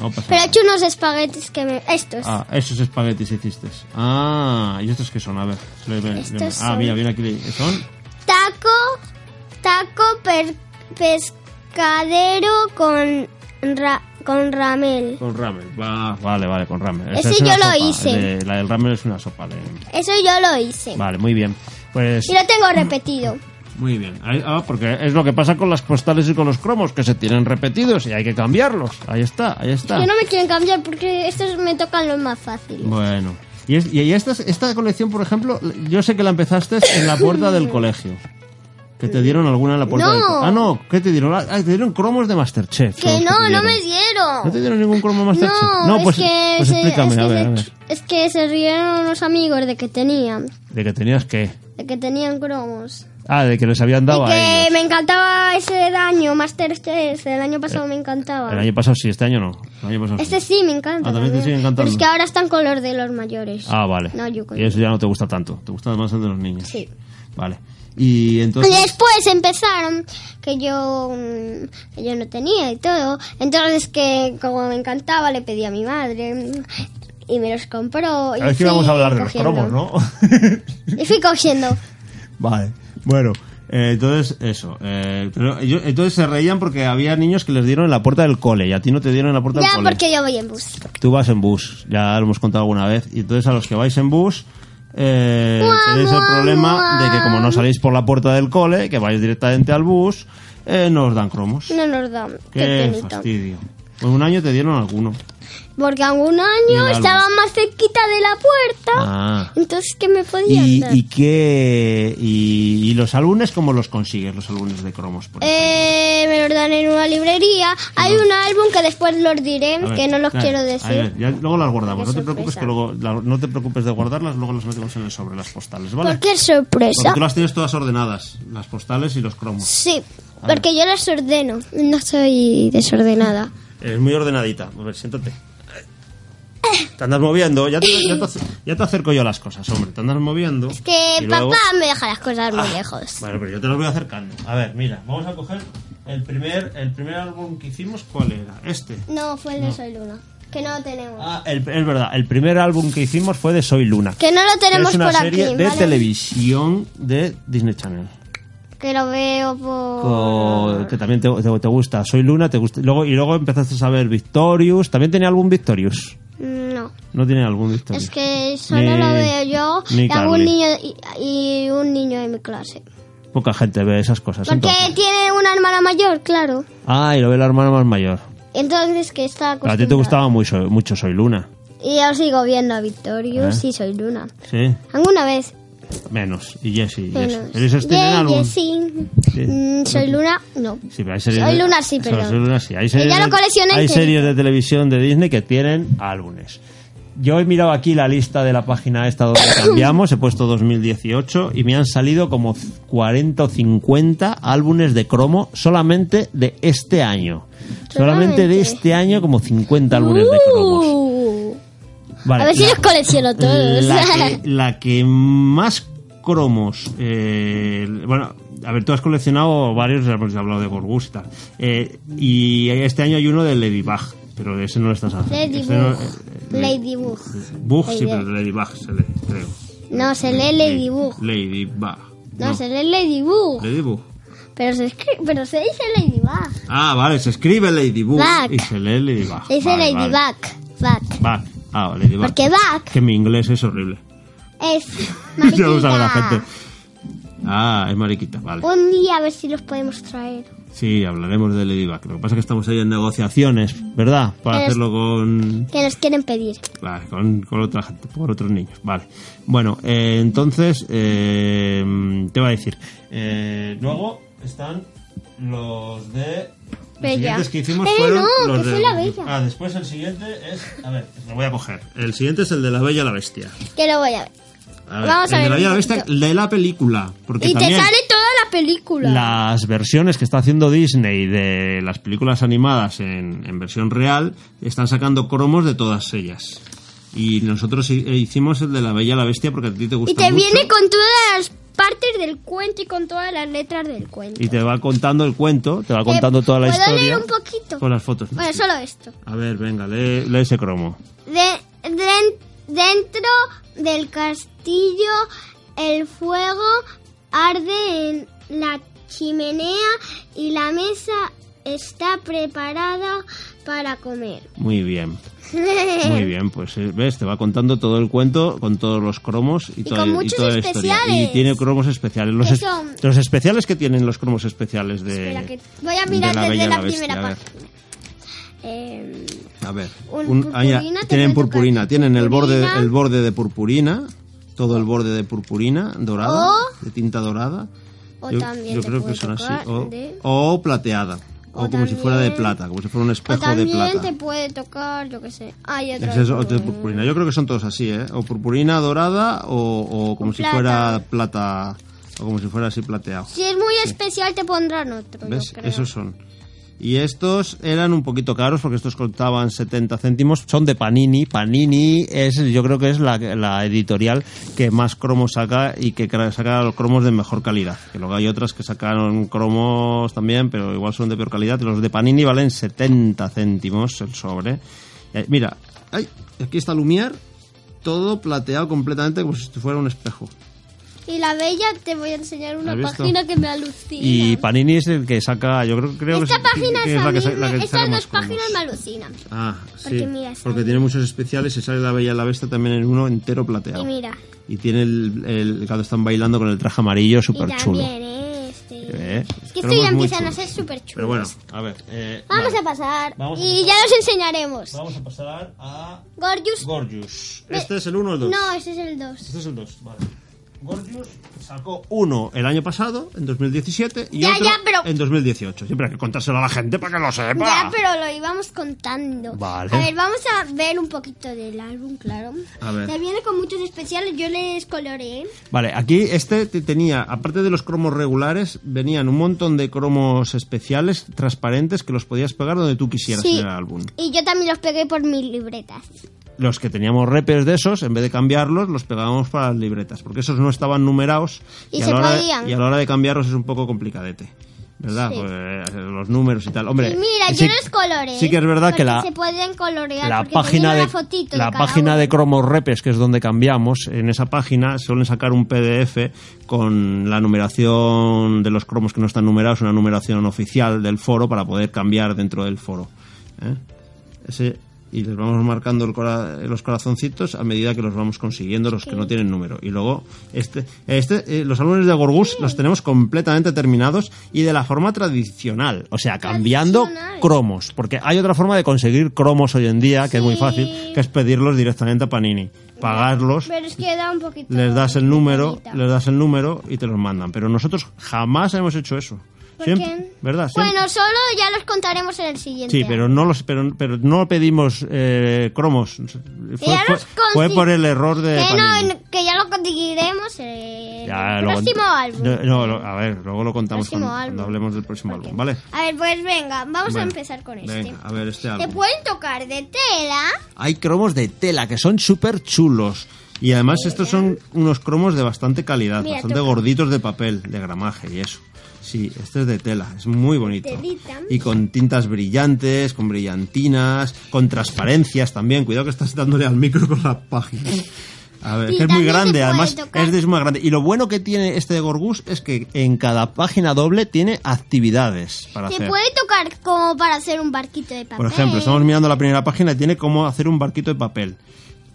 [SPEAKER 1] No pasa
[SPEAKER 2] Pero
[SPEAKER 1] nada.
[SPEAKER 2] he hecho unos espaguetis que me... Estos.
[SPEAKER 1] Ah, esos espaguetis hiciste. Ah, ¿y estos qué son? A ver. le- le- le-
[SPEAKER 2] Estos
[SPEAKER 1] ah,
[SPEAKER 2] son-
[SPEAKER 1] mira, mira aquí. le- Son
[SPEAKER 2] Taco, taco per- pescadero con, ra- con ramel.
[SPEAKER 1] con ramen. Va, vale, vale, con ramen.
[SPEAKER 2] Ese
[SPEAKER 1] Esa es
[SPEAKER 2] yo
[SPEAKER 1] una
[SPEAKER 2] lo
[SPEAKER 1] sopa,
[SPEAKER 2] hice.
[SPEAKER 1] el de- la del ramen es una sopa. de-
[SPEAKER 2] Eso yo lo hice.
[SPEAKER 1] Vale, muy bien. Pues
[SPEAKER 2] Y lo tengo
[SPEAKER 1] Mm.
[SPEAKER 2] repetido.
[SPEAKER 1] Muy bien. Ahí- ah, porque es lo que pasa con las postales y con los cromos, que se tienen repetidos y hay que cambiarlos. Ahí está, ahí está.
[SPEAKER 2] Yo no me quieren cambiar porque estos me tocan los más fáciles.
[SPEAKER 1] Bueno. Y, es- y- y esta, esta colección, por ejemplo, yo sé que la empezaste en la puerta
[SPEAKER 2] *laughs*
[SPEAKER 1] del colegio. Que te dieron alguna en la puerta
[SPEAKER 2] No.
[SPEAKER 1] del colegio. Ah, no, ¿qué te dieron? Ah, te dieron cromos de Masterchef. son
[SPEAKER 2] Que
[SPEAKER 1] los
[SPEAKER 2] no,
[SPEAKER 1] te
[SPEAKER 2] no
[SPEAKER 1] dieron.
[SPEAKER 2] me dieron.
[SPEAKER 1] ¿No te dieron ningún cromo de Masterchef?
[SPEAKER 2] No, es
[SPEAKER 1] pues,
[SPEAKER 2] que
[SPEAKER 1] pues
[SPEAKER 2] se-
[SPEAKER 1] explícame,
[SPEAKER 2] es que
[SPEAKER 1] a ver,
[SPEAKER 2] se-
[SPEAKER 1] a ver.
[SPEAKER 2] es que se rieron los amigos de que tenían,
[SPEAKER 1] ¿De que tenías que
[SPEAKER 2] de que tenían cromos.
[SPEAKER 1] Ah, de que les habían dado
[SPEAKER 2] y
[SPEAKER 1] a
[SPEAKER 2] que
[SPEAKER 1] ellos.
[SPEAKER 2] me encantaba ese daño, Masterchef, el año pasado me encantaba.
[SPEAKER 1] Eh, El año pasado sí, este año no. El año pasado sí.
[SPEAKER 2] Este sí me encanta.
[SPEAKER 1] Ah, también te sigue encantando.
[SPEAKER 2] Pero es que ahora están con los de los mayores.
[SPEAKER 1] Ah, vale.
[SPEAKER 2] No, yo con-
[SPEAKER 1] y eso ya no te gusta tanto. Te gusta más el de los niños.
[SPEAKER 2] Sí.
[SPEAKER 1] Vale. Y entonces.
[SPEAKER 2] Después empezaron que yo, mm, que yo no tenía y todo. Entonces que como me encantaba le pedí a mi madre mm, y me los compró. y
[SPEAKER 1] A ver si
[SPEAKER 2] fui
[SPEAKER 1] vamos a hablar de los
[SPEAKER 2] cogiendo.
[SPEAKER 1] cromos, ¿no? *laughs*
[SPEAKER 2] Y fui cogiendo.
[SPEAKER 1] vale. Bueno. eh, entonces, eso. eh, pero ellos- entonces se reían porque había niños que les dieron en la puerta del cole y a ti no te dieron en la puerta del
[SPEAKER 2] Ya
[SPEAKER 1] cole.
[SPEAKER 2] porque yo voy en bus.
[SPEAKER 1] Tú vas en bus, ya lo hemos contado alguna vez. Y entonces a los que vais en bus. eh,
[SPEAKER 2] Guau,
[SPEAKER 1] tenéis el
[SPEAKER 2] guau,
[SPEAKER 1] problema
[SPEAKER 2] guau.
[SPEAKER 1] de que como no salís por la puerta del cole, que vais directamente al bus, eh, no os dan cromos.
[SPEAKER 2] No nos dan. Qué,
[SPEAKER 1] Qué
[SPEAKER 2] penita.
[SPEAKER 1] fastidio. Pues un año te dieron alguno.
[SPEAKER 2] Porque algún
[SPEAKER 1] Y
[SPEAKER 2] año
[SPEAKER 1] el
[SPEAKER 2] estaba más cerquita de la puerta.
[SPEAKER 1] Ah.
[SPEAKER 2] Entonces que me podían
[SPEAKER 1] ¿Y,
[SPEAKER 2] dar.
[SPEAKER 1] y qué y, y los álbumes cómo los consigues los álbumes de cromos por ejemplo?
[SPEAKER 2] Eh, me los dan en una librería. Hay un álbum que después los diré,
[SPEAKER 1] A ver,
[SPEAKER 2] que no los
[SPEAKER 1] claro,
[SPEAKER 2] quiero
[SPEAKER 1] a ver,
[SPEAKER 2] decir.
[SPEAKER 1] ya luego las guardamos no
[SPEAKER 2] Qué
[SPEAKER 1] te preocupes
[SPEAKER 2] sorpresa.
[SPEAKER 1] que luego la- no te preocupes de guardarlas luego las metemos en el sobre las postales vale
[SPEAKER 2] Porque es
[SPEAKER 1] Porque
[SPEAKER 2] sorpresa.
[SPEAKER 1] tú las tienes todas ordenadas las postales y los cromos
[SPEAKER 2] Sí, porque yo las ordeno. No soy desordenada.
[SPEAKER 1] es muy ordenadita a ver siéntate te andas moviendo ya te, ya te ac- ya te acerco yo las cosas hombre te andas moviendo es
[SPEAKER 2] Que papá me deja las cosas
[SPEAKER 1] Ah.
[SPEAKER 2] muy lejos.
[SPEAKER 1] Bueno, pero yo te los voy acercando. A ver, mira, vamos a coger el primer, el primer álbum que hicimos, ¿cuál era? Este.
[SPEAKER 2] No, fue el de Soy Luna. Que no lo tenemos.
[SPEAKER 1] Ah, el- es verdad, el primer álbum que hicimos fue de Soy Luna.
[SPEAKER 2] Que no lo
[SPEAKER 1] que
[SPEAKER 2] tenemos
[SPEAKER 1] es una
[SPEAKER 2] por aquí.
[SPEAKER 1] serie de
[SPEAKER 2] ¿vale?
[SPEAKER 1] televisión de Disney Channel.
[SPEAKER 2] Que lo veo por. Oh.
[SPEAKER 1] Co- que también te, te- te gusta. Soy Luna, te gusta. Luego, y luego empezaste a ver Victorious. ¿También tenía álbum Victorious?
[SPEAKER 2] No.
[SPEAKER 1] No tiene álbum Victorious.
[SPEAKER 2] Es que solo
[SPEAKER 1] Ni-
[SPEAKER 2] lo veo yo
[SPEAKER 1] ni
[SPEAKER 2] y algún
[SPEAKER 1] Carly.
[SPEAKER 2] niño y, y un niño de mi clase.
[SPEAKER 1] Poca gente ve esas cosas.
[SPEAKER 2] Porque
[SPEAKER 1] entonces.
[SPEAKER 2] tiene una hermana mayor, claro.
[SPEAKER 1] Ah, y lo ve la hermana más mayor.
[SPEAKER 2] Entonces que está
[SPEAKER 1] A ti te
[SPEAKER 2] acostumbrada.
[SPEAKER 1] gustaba muy, Soy- mucho Soy Luna.
[SPEAKER 2] Y yo sigo viendo a Victorious
[SPEAKER 1] Eh.
[SPEAKER 2] y Soy Luna.
[SPEAKER 1] Sí.
[SPEAKER 2] ¿Alguna vez?
[SPEAKER 1] Menos. Y Jessie.
[SPEAKER 2] Menos.
[SPEAKER 1] Jessie. ¿Esos tienen
[SPEAKER 2] Yeah,
[SPEAKER 1] álbum?
[SPEAKER 2] yeah, sí.
[SPEAKER 1] Sí. Este
[SPEAKER 2] Mm, soy Luna, no.
[SPEAKER 1] Sí, pero hay series
[SPEAKER 2] Soy
[SPEAKER 1] de-
[SPEAKER 2] Luna, sí, perdón.
[SPEAKER 1] Soy Luna, sí. Hay
[SPEAKER 2] Que ya
[SPEAKER 1] series,
[SPEAKER 2] lo coleccioné
[SPEAKER 1] hay
[SPEAKER 2] entero.
[SPEAKER 1] series de televisión de Disney que tienen álbumes. Yo he mirado aquí la lista de la página esta
[SPEAKER 2] *coughs*
[SPEAKER 1] donde cambiamos, he puesto 2018 y me han salido como 40 o 50 álbumes de cromo solamente de este año. Solamente de
[SPEAKER 2] Solamente.
[SPEAKER 1] este año como 50 álbumes de cromos.
[SPEAKER 2] Uh,
[SPEAKER 1] Vale,
[SPEAKER 2] a ver si
[SPEAKER 1] la-
[SPEAKER 2] los colecciono todos.
[SPEAKER 1] la
[SPEAKER 2] *laughs*
[SPEAKER 1] que, la que más cromos. eh, bueno, a ver, tú has coleccionado varios, ya hemos hablado de Gorgus y tal. Eh, y este año hay uno de Ladybug, pero de ese no lo estás haciendo. Ese no-
[SPEAKER 2] Ladybug.
[SPEAKER 1] eh,
[SPEAKER 2] Ladybug.
[SPEAKER 1] Bug, sí,
[SPEAKER 2] Ladybug.
[SPEAKER 1] pero Ladybug se lee, creo.
[SPEAKER 2] No, se lee Ladybug.
[SPEAKER 1] Ladybug.
[SPEAKER 2] No, se lee Ladybug.
[SPEAKER 1] Ladybug.
[SPEAKER 2] Pero se, escri- pero se dice Ladybug.
[SPEAKER 1] Ah, vale, se escribe Ladybug
[SPEAKER 2] Bug.
[SPEAKER 1] y se lee Ladybug.
[SPEAKER 2] Se dice
[SPEAKER 1] Vale,
[SPEAKER 2] Ladybug.
[SPEAKER 1] vale.
[SPEAKER 2] Bug.
[SPEAKER 1] Bug. Ah, Ladybug.
[SPEAKER 2] Porque Bug
[SPEAKER 1] Que mi inglés es horrible.
[SPEAKER 2] es
[SPEAKER 1] *laughs* ya lo sabe la
[SPEAKER 2] mariquita.
[SPEAKER 1] gente. Ah, es mariquita, vale.
[SPEAKER 2] Un día a ver si los podemos traer.
[SPEAKER 1] Sí, hablaremos de Ladybug. Lo que pasa es que estamos ahí en negociaciones, ¿verdad? Para
[SPEAKER 2] Pero es-
[SPEAKER 1] hacerlo con,
[SPEAKER 2] Que nos quieren pedir.
[SPEAKER 1] vale, con, con otra gente, con otros niños. Vale. Bueno, eh, entonces, eh, te voy a decir. Eh, luego están los de Los
[SPEAKER 2] Bella.
[SPEAKER 1] siguientes que hicimos
[SPEAKER 2] Eh,
[SPEAKER 1] fueron
[SPEAKER 2] no,
[SPEAKER 1] los
[SPEAKER 2] que
[SPEAKER 1] de-
[SPEAKER 2] fue la bella.
[SPEAKER 1] Ah, después el siguiente es... A ver, lo voy a coger. El siguiente es el de la Bella y la Bestia.
[SPEAKER 2] Que lo voy a ver.
[SPEAKER 1] A ver,
[SPEAKER 2] Vamos
[SPEAKER 1] el
[SPEAKER 2] a
[SPEAKER 1] de
[SPEAKER 2] ver
[SPEAKER 1] la
[SPEAKER 2] un
[SPEAKER 1] Bella y la Bestia
[SPEAKER 2] poquito.
[SPEAKER 1] de la película. Porque
[SPEAKER 2] Y te
[SPEAKER 1] también
[SPEAKER 2] sale toda la película.
[SPEAKER 1] las versiones que está haciendo Disney de las películas animadas en, en versión real están sacando cromos de todas ellas. Y nosotros hi- eh, hicimos el de la Bella y la Bestia porque a ti te gusta
[SPEAKER 2] y te
[SPEAKER 1] mucho.
[SPEAKER 2] viene con todas las partes del cuento y con todas las letras del cuento.
[SPEAKER 1] Y te va contando el cuento, te va contando toda la
[SPEAKER 2] ¿Puedo
[SPEAKER 1] historia.
[SPEAKER 2] leer un poquito?
[SPEAKER 1] Con las fotos.
[SPEAKER 2] Bueno,
[SPEAKER 1] Sí.
[SPEAKER 2] solo esto.
[SPEAKER 1] A ver, venga, lee, lee ese cromo.
[SPEAKER 2] De- den- dentro del castillo el fuego arde en la chimenea y la mesa está preparada para comer.
[SPEAKER 1] Muy bien.
[SPEAKER 2] *laughs*
[SPEAKER 1] Muy bien, pues eh, ves, te va contando todo el cuento con todos los cromos y,
[SPEAKER 2] Y
[SPEAKER 1] toda-
[SPEAKER 2] con muchos
[SPEAKER 1] toda la historia.
[SPEAKER 2] especiales.
[SPEAKER 1] Y tiene cromos especiales. Los,
[SPEAKER 2] Que
[SPEAKER 1] es-
[SPEAKER 2] son-
[SPEAKER 1] los especiales que tienen los cromos especiales de.
[SPEAKER 2] Espera que- voy a
[SPEAKER 1] de
[SPEAKER 2] mirar
[SPEAKER 1] La Bella
[SPEAKER 2] desde
[SPEAKER 1] y
[SPEAKER 2] la,
[SPEAKER 1] la Bestia,
[SPEAKER 2] primera
[SPEAKER 1] a ver.
[SPEAKER 2] página. Eh,
[SPEAKER 1] A ver,
[SPEAKER 2] Un
[SPEAKER 1] un-
[SPEAKER 2] purpurina,
[SPEAKER 1] ah, ya,
[SPEAKER 2] te pueden
[SPEAKER 1] tienen
[SPEAKER 2] tocar
[SPEAKER 1] purpurina, tienen el borde,
[SPEAKER 2] purpurina.
[SPEAKER 1] el borde de purpurina, todo el borde de purpurina dorada,
[SPEAKER 2] O-
[SPEAKER 1] de tinta dorada.
[SPEAKER 2] o también te
[SPEAKER 1] creo que
[SPEAKER 2] puede
[SPEAKER 1] son así.
[SPEAKER 2] tocar
[SPEAKER 1] O,
[SPEAKER 2] de-
[SPEAKER 1] o plateada, o,
[SPEAKER 2] O
[SPEAKER 1] como si fuera de
[SPEAKER 2] también-
[SPEAKER 1] plata, como si fuera un
[SPEAKER 2] o
[SPEAKER 1] espejo de
[SPEAKER 2] también
[SPEAKER 1] plata.
[SPEAKER 2] te puede tocar, yo qué sé. Hay otra
[SPEAKER 1] Ese es
[SPEAKER 2] vez. Mm.
[SPEAKER 1] otro de purpurina. Yo creo que son todos así, ¿eh? O purpurina dorada o, o como
[SPEAKER 2] O
[SPEAKER 1] si
[SPEAKER 2] plata.
[SPEAKER 1] fuera plata. O como si fuera así plateado.
[SPEAKER 2] Si es muy especial te pondrán otro,
[SPEAKER 1] ¿Ves?
[SPEAKER 2] yo creo.
[SPEAKER 1] Esos son. Y estos eran un poquito caros porque estos costaban 70 céntimos. Son de Panini. Panini es, yo creo que es la, la editorial que más cromos saca y que cra- saca los cromos de mejor calidad. Que luego hay otras que sacaron cromos también, pero igual son de peor calidad. Los de Panini valen 70 céntimos el sobre. Eh, mira, ay, aquí está Lumière, todo plateado completamente como si fuera un espejo.
[SPEAKER 2] Y la bella te voy a enseñar una
[SPEAKER 1] ¿Has visto?
[SPEAKER 2] página que me alucina.
[SPEAKER 1] Y Panini es el que saca, yo creo, creo que
[SPEAKER 2] Esta
[SPEAKER 1] es-
[SPEAKER 2] página
[SPEAKER 1] que
[SPEAKER 2] es a
[SPEAKER 1] la que
[SPEAKER 2] mí
[SPEAKER 1] sa- la
[SPEAKER 2] me-
[SPEAKER 1] que saca
[SPEAKER 2] Estas
[SPEAKER 1] más
[SPEAKER 2] dos
[SPEAKER 1] cromos.
[SPEAKER 2] páginas me alucinan.
[SPEAKER 1] Ah,
[SPEAKER 2] Porque
[SPEAKER 1] sí,
[SPEAKER 2] mira, sale-
[SPEAKER 1] porque tiene muchos especiales y sale la Bella y la Bestia también en uno entero plateado.
[SPEAKER 2] Y mira.
[SPEAKER 1] Y tiene el, el cuando están bailando con el traje amarillo súper
[SPEAKER 2] y
[SPEAKER 1] chulo.
[SPEAKER 2] también este.
[SPEAKER 1] Eh,
[SPEAKER 2] Es que
[SPEAKER 1] cromos
[SPEAKER 2] esto ya
[SPEAKER 1] muy
[SPEAKER 2] empiezan a
[SPEAKER 1] chulos.
[SPEAKER 2] ser súper chulos.
[SPEAKER 1] Pero bueno, a ver. eh,
[SPEAKER 2] Vamos
[SPEAKER 1] vale.
[SPEAKER 2] a pasar
[SPEAKER 1] Vamos a
[SPEAKER 2] y ya los enseñaremos.
[SPEAKER 1] Vamos a pasar a
[SPEAKER 2] Gorgeous.
[SPEAKER 1] Gorgeous.
[SPEAKER 2] Ve-
[SPEAKER 1] ¿Este es el 1 o el 2?
[SPEAKER 2] No, ese es el 2.
[SPEAKER 1] Este es el 2, vale. Gorgeous sacó uno el año pasado, en 2017, y
[SPEAKER 2] Ya,
[SPEAKER 1] otro
[SPEAKER 2] ya, pero-
[SPEAKER 1] en 2018. Siempre hay que contárselo a la gente para que lo sepa.
[SPEAKER 2] Ya, pero lo íbamos contando.
[SPEAKER 1] Vale.
[SPEAKER 2] A ver, vamos a ver un poquito del álbum, claro.
[SPEAKER 1] A ver.
[SPEAKER 2] Ya viene con muchos especiales, yo les coloreé.
[SPEAKER 1] Vale, aquí este te- tenía, aparte de los cromos regulares, venían un montón de cromos especiales, transparentes, que los podías pegar donde tú quisieras
[SPEAKER 2] Sí.
[SPEAKER 1] en el álbum.
[SPEAKER 2] Y yo también los pegué por mis libretas.
[SPEAKER 1] Los que teníamos repes de esos, en vez de cambiarlos, los pegábamos para las libretas, porque esos no estaban numerados
[SPEAKER 2] Y
[SPEAKER 1] a
[SPEAKER 2] se
[SPEAKER 1] la hora de-
[SPEAKER 2] podían.
[SPEAKER 1] y a la hora de cambiarlos es un poco complicadete. ¿Verdad?
[SPEAKER 2] Sí.
[SPEAKER 1] Pues, eh, los números y tal. Hombre, eh,
[SPEAKER 2] Y mira,
[SPEAKER 1] sí-
[SPEAKER 2] yo los coloreé.
[SPEAKER 1] Sí que es verdad que
[SPEAKER 2] porque
[SPEAKER 1] la,
[SPEAKER 2] se pueden colorear
[SPEAKER 1] la
[SPEAKER 2] porque
[SPEAKER 1] página
[SPEAKER 2] tenía
[SPEAKER 1] de
[SPEAKER 2] una fotito
[SPEAKER 1] la
[SPEAKER 2] de cada
[SPEAKER 1] página
[SPEAKER 2] uno.
[SPEAKER 1] de cromos repes que es donde cambiamos en esa página suelen sacar un PDF con la numeración de los cromos que no están numerados una numeración oficial del foro para poder cambiar dentro del foro ¿eh? Ese- y les vamos marcando el cora- los corazoncitos a medida que los vamos consiguiendo los que no tienen número y luego este este eh, los álbumes de Gorgus los tenemos completamente terminados y de la forma tradicional o sea cambiando
[SPEAKER 2] Tradicional.
[SPEAKER 1] cromos porque hay otra forma de conseguir cromos hoy en día que es muy
[SPEAKER 2] Sí.
[SPEAKER 1] fácil que es pedirlos directamente a Panini pagarlos
[SPEAKER 2] Pero es que da un poquito.
[SPEAKER 1] les das el número
[SPEAKER 2] penita.
[SPEAKER 1] les das el número y te los mandan pero nosotros jamás hemos hecho eso
[SPEAKER 2] ¿Por
[SPEAKER 1] siempre
[SPEAKER 2] qué?
[SPEAKER 1] verdad Siempre-
[SPEAKER 2] Bueno, solo ya los contaremos en el siguiente.
[SPEAKER 1] Sí, pero no los, pero, pero no pedimos eh, cromos. Fue,
[SPEAKER 2] ya
[SPEAKER 1] fue-
[SPEAKER 2] los consi-
[SPEAKER 1] fue por el error de.
[SPEAKER 2] que,
[SPEAKER 1] Panini.
[SPEAKER 2] no, que ya lo conseguiremos en
[SPEAKER 1] Ya,
[SPEAKER 2] el
[SPEAKER 1] luego-
[SPEAKER 2] próximo álbum.
[SPEAKER 1] No, no, lo- a ver, luego lo contamos
[SPEAKER 2] Próximo
[SPEAKER 1] cuando, cuando
[SPEAKER 2] álbum.
[SPEAKER 1] hablemos del próximo
[SPEAKER 2] Porque-
[SPEAKER 1] álbum, ¿vale?
[SPEAKER 2] A ver, pues venga, vamos
[SPEAKER 1] Bueno,
[SPEAKER 2] a empezar con este.
[SPEAKER 1] venga, a ver este
[SPEAKER 2] Te
[SPEAKER 1] álbum.
[SPEAKER 2] pueden tocar de tela.
[SPEAKER 1] Hay cromos de tela que son súper chulos. Y además estos son unos cromos de bastante calidad,
[SPEAKER 2] Mira,
[SPEAKER 1] bastante
[SPEAKER 2] toca.
[SPEAKER 1] gorditos de papel, de gramaje y eso. Sí, este es de tela, es muy bonito.
[SPEAKER 2] Telita.
[SPEAKER 1] Y con tintas brillantes, con brillantinas, con transparencias también. Cuidado que estás dándole al micro con las páginas. A ver,
[SPEAKER 2] Y
[SPEAKER 1] que es muy
[SPEAKER 2] también se
[SPEAKER 1] grande,
[SPEAKER 2] puede
[SPEAKER 1] además
[SPEAKER 2] tocar.
[SPEAKER 1] es de es muy grande. Y lo bueno que tiene este de Gorgus es que en cada página doble tiene actividades para
[SPEAKER 2] Te
[SPEAKER 1] hacer.
[SPEAKER 2] puede tocar como para hacer un barquito de papel.
[SPEAKER 1] Por ejemplo, estamos mirando la primera página y tiene cómo hacer un barquito de papel.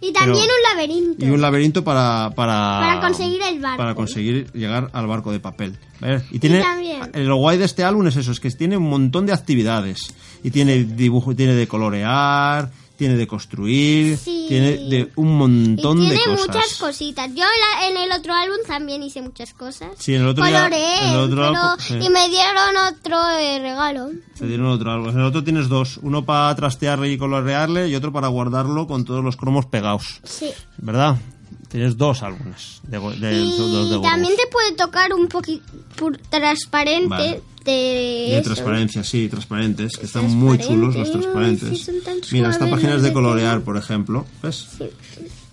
[SPEAKER 2] Y también
[SPEAKER 1] pero-
[SPEAKER 2] un laberinto.
[SPEAKER 1] Y un laberinto para, para...
[SPEAKER 2] Para conseguir el barco.
[SPEAKER 1] Para conseguir llegar al barco de papel. ¿Ves? Y tiene...
[SPEAKER 2] también-
[SPEAKER 1] el guay de este álbum es eso, es que tiene un montón de actividades. Y tiene dibujo, tiene de colorear, tiene de construir,
[SPEAKER 2] Sí.
[SPEAKER 1] tiene de un
[SPEAKER 2] Y
[SPEAKER 1] montón
[SPEAKER 2] tiene
[SPEAKER 1] de cosas.
[SPEAKER 2] muchas cositas. Yo en la- en el otro álbum también hice muchas cosas.
[SPEAKER 1] Sí, en el otro día-
[SPEAKER 2] Coloreé,
[SPEAKER 1] en el otro
[SPEAKER 2] pero-
[SPEAKER 1] álbum, sí.
[SPEAKER 2] y me dieron otro eh, regalo.
[SPEAKER 1] Te dieron otro algo. En el otro tienes dos. Uno para trastearle y colorearle y otro para guardarlo con todos los cromos pegados.
[SPEAKER 2] Sí.
[SPEAKER 1] ¿Verdad? Tienes dos álbumes de, go- de- dos de
[SPEAKER 2] Y
[SPEAKER 1] Gorgos.
[SPEAKER 2] también te puede tocar un poquito transparente
[SPEAKER 1] Vale.
[SPEAKER 2] de
[SPEAKER 1] Y de
[SPEAKER 2] eso.
[SPEAKER 1] transparencias, sí, transparentes, que están muy
[SPEAKER 2] Transparente,
[SPEAKER 1] chulos los
[SPEAKER 2] ay,
[SPEAKER 1] transparentes.
[SPEAKER 2] sí, son tan
[SPEAKER 1] Mira, esta
[SPEAKER 2] suaves,
[SPEAKER 1] página
[SPEAKER 2] no
[SPEAKER 1] es de
[SPEAKER 2] sé
[SPEAKER 1] colorear, por ejemplo. ¿Ves?
[SPEAKER 2] Sí.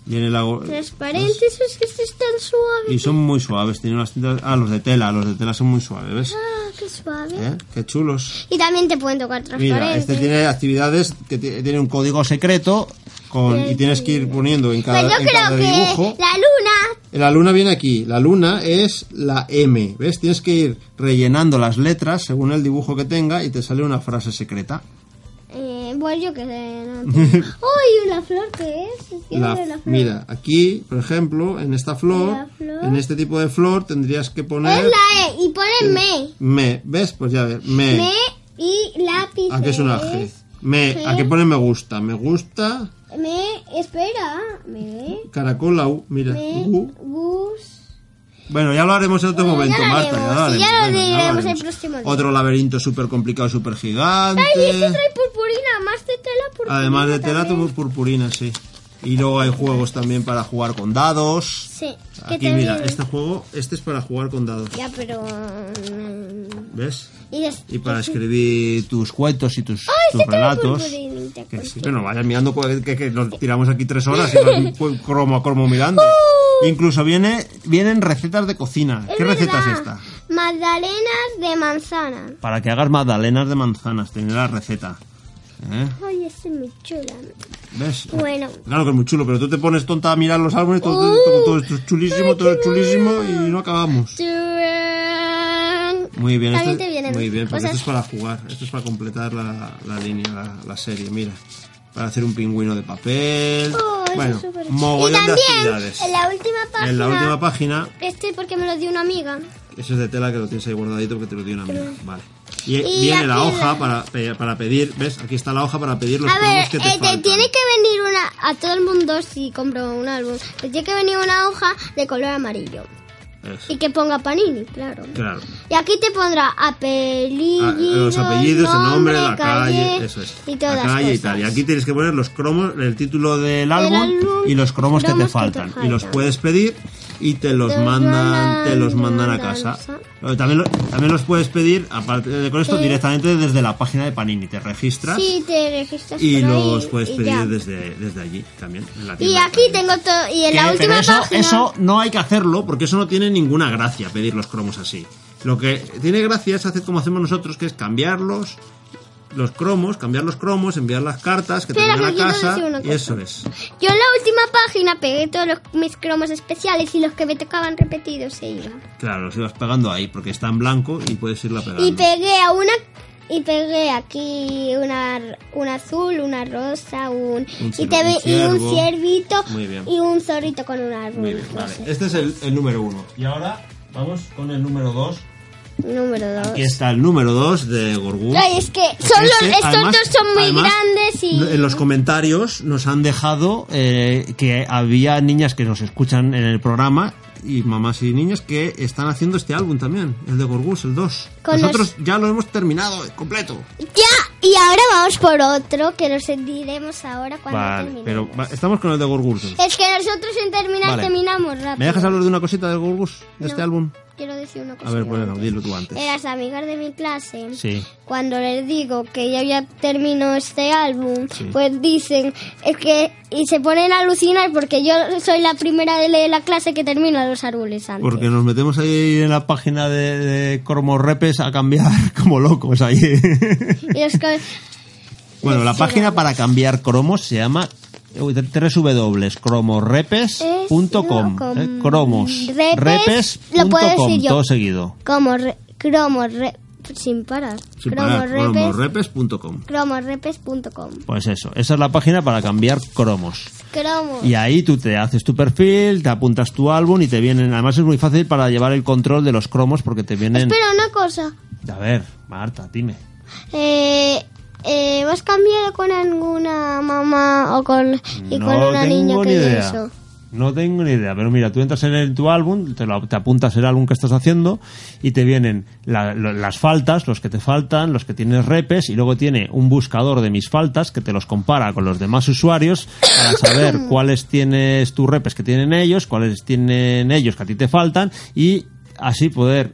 [SPEAKER 1] Viene la go-
[SPEAKER 2] Transparente, eso es que esto es tan suave.
[SPEAKER 1] Y son muy suaves, tienen unas tintas... Ah, los de tela, los de tela son muy suaves, ¿ves?
[SPEAKER 2] Ah, qué suave.
[SPEAKER 1] ¿Eh? Qué chulos.
[SPEAKER 2] Y también te pueden tocar
[SPEAKER 1] Mira,
[SPEAKER 2] transparentes.
[SPEAKER 1] este tiene actividades que ti- tiene un código secreto con, y tienes que ir poniendo en cada,
[SPEAKER 2] Pues yo
[SPEAKER 1] en cada
[SPEAKER 2] creo que
[SPEAKER 1] dibujo.
[SPEAKER 2] la luna
[SPEAKER 1] La luna viene aquí. La luna es la M. ¿Ves? Tienes que ir rellenando las letras según el dibujo que tenga y te sale una frase secreta. *laughs*
[SPEAKER 2] eh, bueno, yo que sé, no tengo. ¡Uy, una flor que es! Quiero
[SPEAKER 1] La-
[SPEAKER 2] ver la flor.
[SPEAKER 1] mira, aquí, por ejemplo, en esta flor,
[SPEAKER 2] La flor.
[SPEAKER 1] en este tipo de flor, tendrías que
[SPEAKER 2] Es
[SPEAKER 1] poner
[SPEAKER 2] la E y pone me.
[SPEAKER 1] me. ¿Ves? Pues ya ver, me.
[SPEAKER 2] Me y lápiz.
[SPEAKER 1] ¿A qué es una G? Me.
[SPEAKER 2] G.
[SPEAKER 1] ¿A qué pone me gusta? Me gusta.
[SPEAKER 2] Me, espera. Me.
[SPEAKER 1] Caracol, au, mira.
[SPEAKER 2] Me.
[SPEAKER 1] u.
[SPEAKER 2] Gus.
[SPEAKER 1] Bueno, ya lo haremos en otro
[SPEAKER 2] Bueno, ya
[SPEAKER 1] momento,
[SPEAKER 2] lo
[SPEAKER 1] Marta.
[SPEAKER 2] haremos, sí, ya lo
[SPEAKER 1] Bueno,
[SPEAKER 2] diremos el próximo día.
[SPEAKER 1] Otro laberinto súper complicado, súper gigante.
[SPEAKER 2] Ay, este trae purpurina, más de tela purpurina.
[SPEAKER 1] Además de tela,
[SPEAKER 2] también.
[SPEAKER 1] tu purpurina, sí. Y luego hay juegos también para jugar con dados.
[SPEAKER 2] Sí, que
[SPEAKER 1] Aquí, mira,
[SPEAKER 2] también-
[SPEAKER 1] este juego, este es para jugar con dados.
[SPEAKER 2] Ya, pero. mm,
[SPEAKER 1] ¿Ves?
[SPEAKER 2] Y des-
[SPEAKER 1] Y para escribir tus cuentos y tus,
[SPEAKER 2] ¡Ay,
[SPEAKER 1] tus
[SPEAKER 2] este trae
[SPEAKER 1] relatos.
[SPEAKER 2] purpurinita!
[SPEAKER 1] Que sí, que no vayas mirando, cua- que, que nos tiramos aquí tres horas y
[SPEAKER 2] *laughs*
[SPEAKER 1] nos- cu- cromo a cromo mirando. Incluso viene, vienen recetas de cocina.
[SPEAKER 2] Oh. Es
[SPEAKER 1] ¿Qué receta
[SPEAKER 2] verdad,
[SPEAKER 1] es esta?
[SPEAKER 2] Magdalenas de manzana.
[SPEAKER 1] Para que hagas magdalenas de manzanas, tener la receta. ¿Eh?
[SPEAKER 2] Ay, este es muy chula.
[SPEAKER 1] ¿Ves?
[SPEAKER 2] Bueno.
[SPEAKER 1] Claro que es muy chulo, pero tú te pones tonta a mirar los árboles, todo,
[SPEAKER 2] Oh.
[SPEAKER 1] todo, todo esto es chulísimo, todo es chulísimo y no acabamos. Muy bien,
[SPEAKER 2] También
[SPEAKER 1] este-
[SPEAKER 2] te vienen
[SPEAKER 1] muy bien, porque
[SPEAKER 2] cosas-
[SPEAKER 1] esto es para jugar, esto es para completar la, la línea, la, la serie, mira. Para hacer un pingüino de papel.
[SPEAKER 2] Oh, eso
[SPEAKER 1] bueno,
[SPEAKER 2] es súper- y
[SPEAKER 1] mogollón de
[SPEAKER 2] también,
[SPEAKER 1] actividades.
[SPEAKER 2] en la última página.
[SPEAKER 1] En la última página,
[SPEAKER 2] Este porque me lo dio una amiga.
[SPEAKER 1] eso es de tela que lo tienes ahí guardadito porque te lo dio una amiga. Vale. Y, eh,
[SPEAKER 2] Y
[SPEAKER 1] viene la
[SPEAKER 2] aquí-
[SPEAKER 1] hoja para, pe- para pedir, ¿ves? Aquí está la hoja para pedir los
[SPEAKER 2] A ver,
[SPEAKER 1] cromos que te
[SPEAKER 2] eh, te
[SPEAKER 1] faltan.
[SPEAKER 2] tiene que venir una. A todo el mundo, si compro un álbum, te tiene que venir una hoja de color amarillo.
[SPEAKER 1] Eso,
[SPEAKER 2] Y que ponga panini, claro.
[SPEAKER 1] Claro.
[SPEAKER 2] Y aquí te pondrá apellidos,
[SPEAKER 1] Ah, los apellidos, el nombre, la calle, eso es.
[SPEAKER 2] Y todas
[SPEAKER 1] la calle y
[SPEAKER 2] cosas.
[SPEAKER 1] tal. Y aquí tienes que poner los cromos, el título del álbum,
[SPEAKER 2] álbum,
[SPEAKER 1] y los cromos, que,
[SPEAKER 2] cromos
[SPEAKER 1] te
[SPEAKER 2] que te
[SPEAKER 1] faltan. Y los
[SPEAKER 2] faltan.
[SPEAKER 1] puedes pedir y te los
[SPEAKER 2] Te los
[SPEAKER 1] mandan,
[SPEAKER 2] mandan
[SPEAKER 1] te los mandan a
[SPEAKER 2] a
[SPEAKER 1] casa.
[SPEAKER 2] casa.
[SPEAKER 1] Eh, También, lo- también los puedes pedir, aparte de con esto,
[SPEAKER 2] Sí.
[SPEAKER 1] directamente desde la página de Panini. Te registras
[SPEAKER 2] Sí, te registras
[SPEAKER 1] y
[SPEAKER 2] por ahí
[SPEAKER 1] los puedes
[SPEAKER 2] y
[SPEAKER 1] pedir
[SPEAKER 2] ya.
[SPEAKER 1] desde, desde allí también. en la
[SPEAKER 2] Y
[SPEAKER 1] tienda.
[SPEAKER 2] aquí tengo todo. Y en
[SPEAKER 1] Que-
[SPEAKER 2] la
[SPEAKER 1] Eh, pero
[SPEAKER 2] última
[SPEAKER 1] eso,
[SPEAKER 2] página.
[SPEAKER 1] eso no hay que hacerlo porque eso no tiene ninguna gracia pedir los cromos así. Lo que tiene gracia es hacer como hacemos nosotros, que es cambiarlos, los cromos, cambiar los cromos, enviar las cartas que te
[SPEAKER 2] Espera,
[SPEAKER 1] llegan a
[SPEAKER 2] que quiero
[SPEAKER 1] casa.
[SPEAKER 2] decir una
[SPEAKER 1] Y
[SPEAKER 2] cosa.
[SPEAKER 1] eso es.
[SPEAKER 2] Yo en la última página pegué todos los- mis cromos especiales y los que me tocaban repetidos se iban.
[SPEAKER 1] Claro, los ibas pegando ahí porque está en blanco y puedes irla pegando.
[SPEAKER 2] Y pegué a una y pegué aquí una r- un azul, una rosa, un,
[SPEAKER 1] Un
[SPEAKER 2] y
[SPEAKER 1] ciervo,
[SPEAKER 2] te ve-
[SPEAKER 1] un
[SPEAKER 2] y un
[SPEAKER 1] ciervo.
[SPEAKER 2] ciervito
[SPEAKER 1] Muy bien.
[SPEAKER 2] y un zorrito con un árbol.
[SPEAKER 1] Muy bien, vale.
[SPEAKER 2] Entonces,
[SPEAKER 1] Este es el, el número uno. Y ahora vamos con el número dos.
[SPEAKER 2] Número dos.
[SPEAKER 1] Aquí está el número dos de Gorgul.
[SPEAKER 2] Ay, es que son los-
[SPEAKER 1] Este,
[SPEAKER 2] estos
[SPEAKER 1] además-
[SPEAKER 2] dos son muy
[SPEAKER 1] además,
[SPEAKER 2] grandes y
[SPEAKER 1] En los comentarios nos han dejado eh, que había niñas que nos escuchan en el programa y mamás y niñas que están haciendo este álbum también, el de Gorgus, el 2.
[SPEAKER 2] Con
[SPEAKER 1] Nosotros ya lo hemos terminado eh, completo.
[SPEAKER 2] ya y ahora vamos por otro que los diremos ahora cuando
[SPEAKER 1] Vale,
[SPEAKER 2] terminemos.
[SPEAKER 1] pero va- estamos con el de Gorgus.
[SPEAKER 2] Es que nosotros en terminar
[SPEAKER 1] Vale.
[SPEAKER 2] terminamos rápido.
[SPEAKER 1] ¿Me dejas hablar de una cosita de Gorgus, de este
[SPEAKER 2] No.
[SPEAKER 1] álbum?
[SPEAKER 2] Quiero decir una cosa.
[SPEAKER 1] A ver, bueno, dilo tú antes.
[SPEAKER 2] Eh, las amigas de mi clase,
[SPEAKER 1] Pues- Sí.
[SPEAKER 2] cuando les digo que ya, ya terminó este álbum,
[SPEAKER 1] Sí.
[SPEAKER 2] pues dicen es que y se ponen a alucinar porque yo soy la primera de la clase que termina los árboles antes.
[SPEAKER 1] Porque nos metemos ahí en la página de, de Cromorrepes a cambiar *laughs* como locos ahí.
[SPEAKER 2] Y los que-
[SPEAKER 1] Bueno, la página para cambiar cromos se llama www.cromorepes.com
[SPEAKER 2] Es, no,
[SPEAKER 1] eh,
[SPEAKER 2] com-
[SPEAKER 1] cromos
[SPEAKER 2] repes,
[SPEAKER 1] repes
[SPEAKER 2] lo puedo
[SPEAKER 1] punto com,
[SPEAKER 2] decir yo.
[SPEAKER 1] todo seguido
[SPEAKER 2] como re- cromos re- sin parar. cromorrepes-
[SPEAKER 1] cromorepes.com
[SPEAKER 2] cromorrepes.com.
[SPEAKER 1] pues eso esa es la página para cambiar cromos
[SPEAKER 2] Cromos.
[SPEAKER 1] y ahí tú te haces tu perfil te apuntas tu álbum y te vienen además es muy fácil para llevar el control de los cromos porque te vienen
[SPEAKER 2] Espera una cosa.
[SPEAKER 1] a ver Marta dime
[SPEAKER 2] Eh, Eh, ¿Has cambiado con alguna mamá o con, y
[SPEAKER 1] no
[SPEAKER 2] con una niña
[SPEAKER 1] tengo
[SPEAKER 2] que
[SPEAKER 1] ni
[SPEAKER 2] hizo
[SPEAKER 1] idea.
[SPEAKER 2] eso?
[SPEAKER 1] No tengo ni idea, pero mira, tú entras en el- tu álbum, te, lo- te apuntas el álbum que estás haciendo y te vienen la- lo- las faltas, los que te faltan, los que tienes repes y luego tiene un buscador de mis faltas que te los compara con los demás usuarios
[SPEAKER 2] *coughs*
[SPEAKER 1] para saber cuáles tienes tus repes que tienen ellos, cuáles tienen ellos que a ti te faltan y así poder